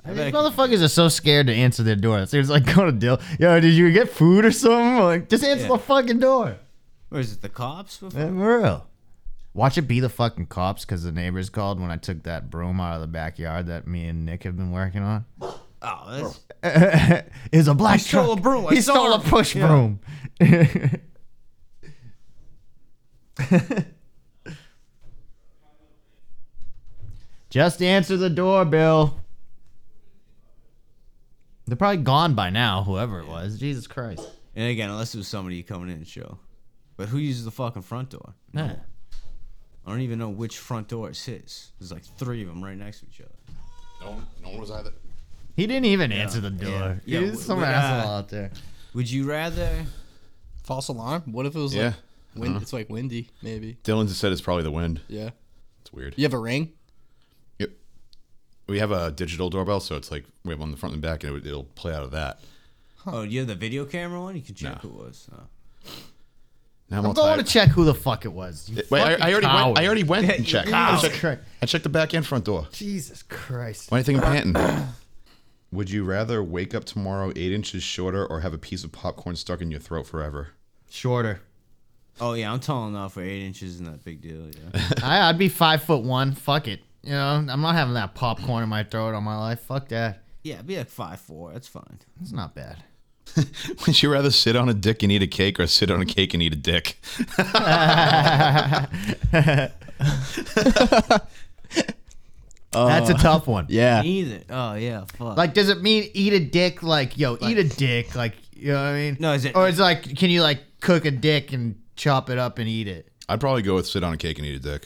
These bet- motherfuckers are so scared to answer their door. It seems like going to deal. Yo, did you get food or something? Like, just answer Yeah. the fucking door. Or is it the cops? Before? Man, for real. Watch it be the fucking cops because the neighbors called when I took that broom out of the backyard that me and Nick have been working on. Oh, that's It was a black stole truck. a broom. I He saw stole a him. push broom. Just answer the door, Bill. They're probably gone by now, whoever it was. Jesus Christ. and again, unless it was somebody coming in and show. But who uses the fucking front door? Nah. I don't even know which front door is his. There's like three of them right next to each other. No, no one was either. He didn't even answer the door. Yeah, He was w- some would, uh, asshole out there. Would you rather? False alarm? What if it was Yeah. wind, it's like windy, maybe. Dylan just said it's probably the wind. Yeah. It's weird. You have a ring? Yep. We have a digital doorbell, so it's like we have one in the front and back, and it, would- it'll play out of that. Oh, do you have the video camera one? You can check who it was. Oh. Now I'm all going to tired. check who the fuck it was. You Wait, I, fucking I already went. coward. I already went and checked. I Jesus checked, Christ. I checked the back and front door. Jesus Christ. Why do you think I'm panting? Would you rather wake up tomorrow eight inches shorter or have a piece of popcorn stuck in your throat forever? Shorter. Oh yeah, I'm tall enough for eight inches. Isn't that big deal? Yeah. I, I'd be five foot one. Fuck it. You know, I'm not having that popcorn in my throat all my life. Fuck that. Yeah, be like five four. That's fine. It's not bad. Would you rather sit on a dick and eat a cake or sit on a cake and eat a dick? Uh, That's a tough one. Yeah. Either. Oh yeah. Fuck. Like, does it mean eat a dick? Like, yo, eat a dick. Like, you know what I mean? No, is it- Or it's like, can you like cook a dick and chop it up and eat it? I'd probably go with sit on a cake and eat a dick.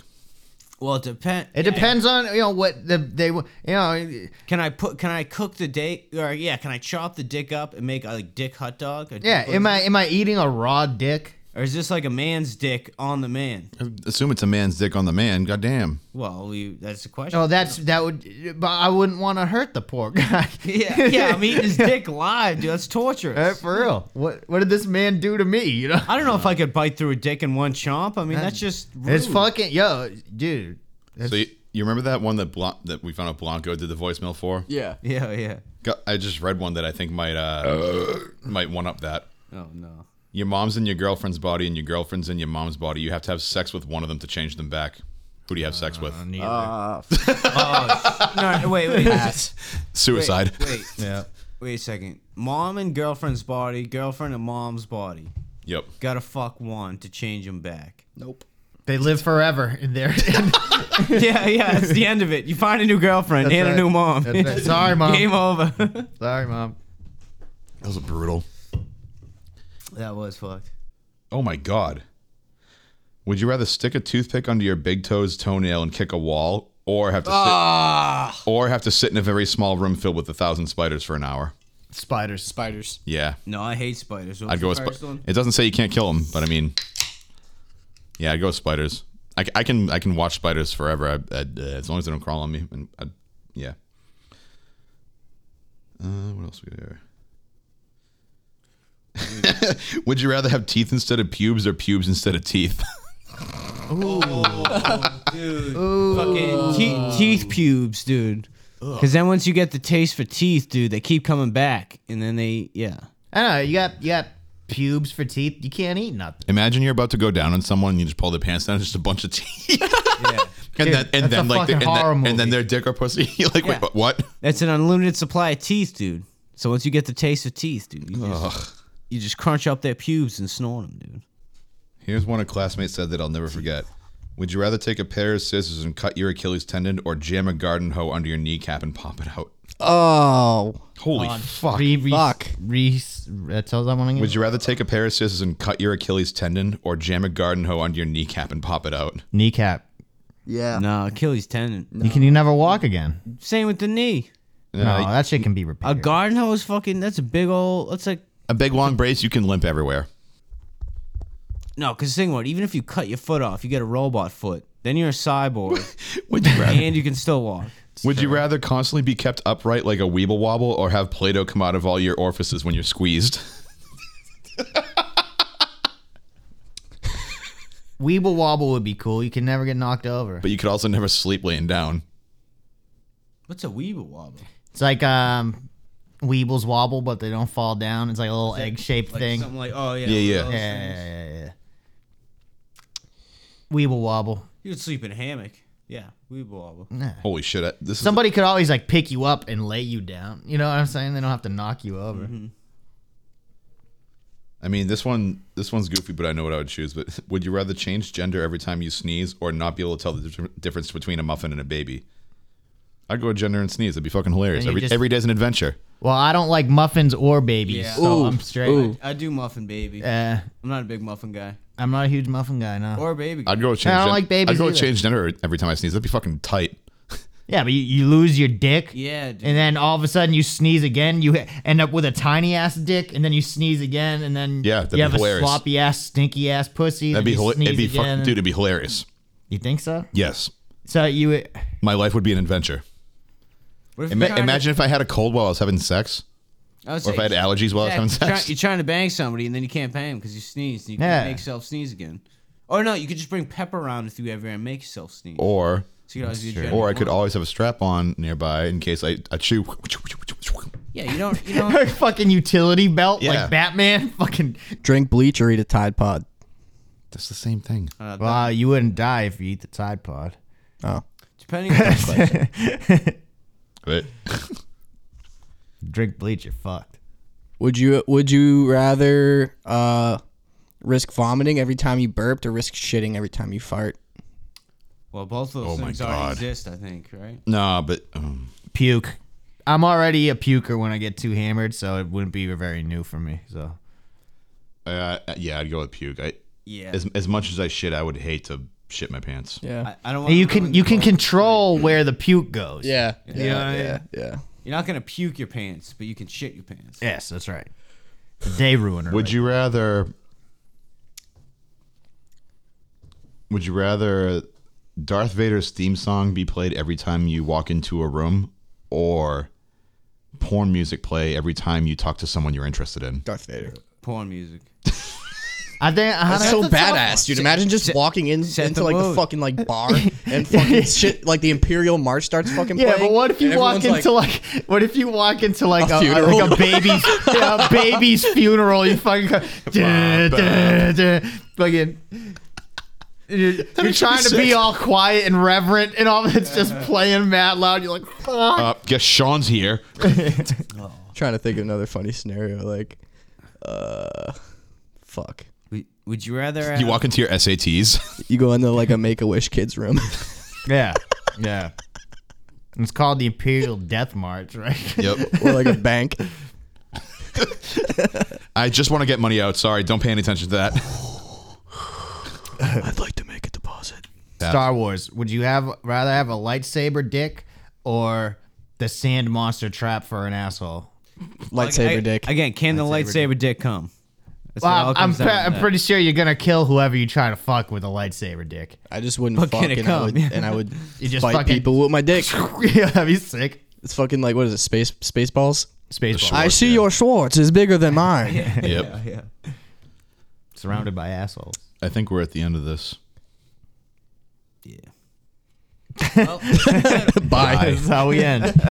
well, it depends. It depends on you know what the they wa- you know. Can I put? Can I cook the dick? Or yeah, can I chop the dick up and make a like, dick hot dog? Or Yeah, am I am I eating a raw dick? Or is this like a man's dick on the man? Assume it's a man's dick on the man. Goddamn. Well, you, that's the question. Oh, that's that would, but I wouldn't want to hurt the poor guy. yeah, yeah. I'm eating his dick live, dude. That's Uh, torturous. for real. What what did this man do to me? You know, I don't know if I could bite through a dick in one chomp. I mean, that's just rude. it's fucking yo, dude. So you, you remember that one that Blan- that we found out Blanco did the voicemail for? Yeah. Yeah, yeah. Got- I just read one that I think might uh, might one up that. Oh no. Your mom's in your girlfriend's body and your girlfriend's in your mom's body. You have to have sex with one of them to change them back. Who do you have sex with? No, wait, wait. Suicide. Wait. Yeah. Wait a second. Mom and girlfriend's body, girlfriend and mom's body. Yep. Gotta fuck one to change him back. Nope. They live forever in there. yeah, yeah. It's the end of it. You find a new girlfriend and a right. new mom. Sorry, mom. Game over. Sorry, mom. That was brutal. that was fucked. Oh my god. Would you rather stick a toothpick under your big toe's toenail and kick a wall, or have to sit, or have to sit in a very small room filled with a thousand spiders for an hour? Spiders. Spiders. Yeah, No, I hate spiders. What was I'd go with. the first Spi- one? it doesn't say you can't kill them, but I mean, yeah, I'd go with spiders. I, c- I can I can watch spiders forever I, I'd, uh, as long as they don't crawl on me. And I'd, yeah. Uh, what else we got here? Would you rather have teeth instead of pubes or pubes instead of teeth? Fucking te- teeth pubes, dude. Because then once you get the taste for teeth, dude, they keep coming back, and then they, yeah. I know you got you got pubes for teeth. You can't eat nothing. Imagine you're about to go down on someone and you just pull their pants down, it's just a bunch of teeth. and then, and that's then a like, the- fucking and, horror then, and then movie. their dick or pussy. you're like, Yeah. wait, but what? That's an unlimited supply of teeth, dude. So once you get the taste of teeth, dude, you just, you just crunch up their pubes and snort them, dude. Here's one a classmate said that I'll never forget. Would you rather take a pair of scissors and cut your Achilles tendon or jam a garden hoe under your kneecap and pop it out? Oh. Holy fuck. Re, re, Fuck. Re, that's all I want to Would you rather take a pair of scissors and cut your Achilles tendon or jam a garden hoe under your kneecap and pop it out? Kneecap. Yeah. No, Achilles tendon. You can you never walk again. Same with the knee. No, that shit can be A repeated. garden hoe is fucking. That's a big old. That's like A big long brace, you can limp everywhere. no. Cause think what? Even if you cut your foot off, you get a robot foot. Then you're a cyborg, Would you rather? and you can still walk. Would you rather constantly be kept upright like a weeble wobble or have Play Doh come out of all your orifices when you're squeezed? Weeble wobble would be cool. You can never get knocked over. But you could also never sleep laying down. What's a weeble wobble? It's like um, weebles wobble, but they don't fall down. It's like a little egg shaped Like thing. something like oh Yeah, yeah one of yeah. those yeah, things. yeah, yeah, yeah. Weeble wobble. You could sleep in a hammock. Yeah, weeble wobble. Holy shit! I- This is Somebody could always like pick you up and lay you down. You know what I'm saying? They don't have to knock you over. Mm-hmm. I mean, this one, this one's goofy, but I know what I would choose. But would you rather change gender every time you sneeze, or not be able to tell the dif- difference between a muffin and a baby? I'd go with gender and sneeze. It'd be fucking hilarious. And you Every, just- every day's an adventure. Well, I don't like muffins or babies, Yeah. so Ooh, I'm straight. ooh. I do muffin baby. Uh, I'm not a big muffin guy I'm not a huge muffin guy, no. or a baby guy. I'd go with change. I don't like I'd babies go with either. change gender every time I sneeze. That'd be fucking tight. yeah, but you, you lose your dick. yeah, dude. And then all of a sudden you sneeze again, you ha- end up with a tiny ass dick, and then you sneeze again, and then Yeah, that'd you have be hilarious. a sloppy ass, stinky ass pussy. That'd then be you hila- sneeze It'd be again. fucking dude. It'd be hilarious. You think so? Yes, So you would- my life would be an adventure. What if Ima- you're trying to- imagine if I had a cold while I was having sex, I would or if I say- had allergies while I was You're having try- sex. you're trying to bang somebody and then you can't bang them because you sneezed. And you Yeah. can't make yourself sneeze again. Or no, you could just bring pepper around with you everywhere and make yourself sneeze. Or, so you could always do a general or I could one. always have a strap on nearby in case I, I chew. Yeah, you don't. You don't. Her fucking utility belt Yeah. like Batman. Fucking Drink bleach or eat a Tide Pod. That's the same thing. wow, you wouldn't die if you eat the Tide Pod. Oh. Depending on the question. Right. Drink bleach, you're fucked. Would you would you rather uh, risk vomiting every time you burped or risk shitting every time you fart? Well, both of Oh those my things already God. exist, I think, right? Nah, but um, Puke. I'm already a puker when I get too hammered, so it wouldn't be very new for me. So uh, yeah, I'd go with puke. I Yeah. as as much as I shit, I would hate to shit my pants. Yeah. I, I don't want you can you can control where the puke goes. yeah. Yeah. know what I Yeah. mean? Yeah. You're not gonna puke your pants, but you can shit your pants. Yes, that's right. The day ruiner. Would you rather? Would you rather Darth Vader's theme song be played every time you walk into a room, or porn music play every time you talk to someone you're interested in? Darth Vader. Porn music. I think I That's so badass, dude. Imagine just walking in into the like the mood. fucking like bar and fucking shit like the Imperial March starts fucking Yeah, playing, but what if you and walk everyone's into like, what if you walk into like A a, a- funeral. like a baby's yeah, a baby's funeral? You fucking go, duh, duh, duh, fucking. You're, you're trying to be all quiet and reverent, and all that's just playing mad loud. You're like, fuck. Uh, guess Sean's here. trying to think of another funny scenario like uh fuck. Would- Would you rather You walk into your SATs. You go into like a make a wish kids room. Yeah, yeah. It's called the Imperial Death March, right? yep. or like a bank. I just want to get money out. Sorry, don't pay any attention to that. I'd like to make a deposit. Star Wars. Would you have rather have a lightsaber dick or the sand monster trap for an asshole? Lightsaber dick. Again, can the lightsaber dick, come? That's what it all Well, I'm, comes pre- down to I'm that. pretty sure you're gonna kill whoever you try to fuck with a lightsaber dick. I just wouldn't fuck can it and I, come? would, and I would You just bite fucking- people with my dick. yeah, that'd be sick. It's fucking like what is it? Space space balls. Spaceball. I see your Schwartz is bigger than mine. Yep. surrounded by assholes. I think we're at the end of this. Yeah. Well, Bye. That's how we end.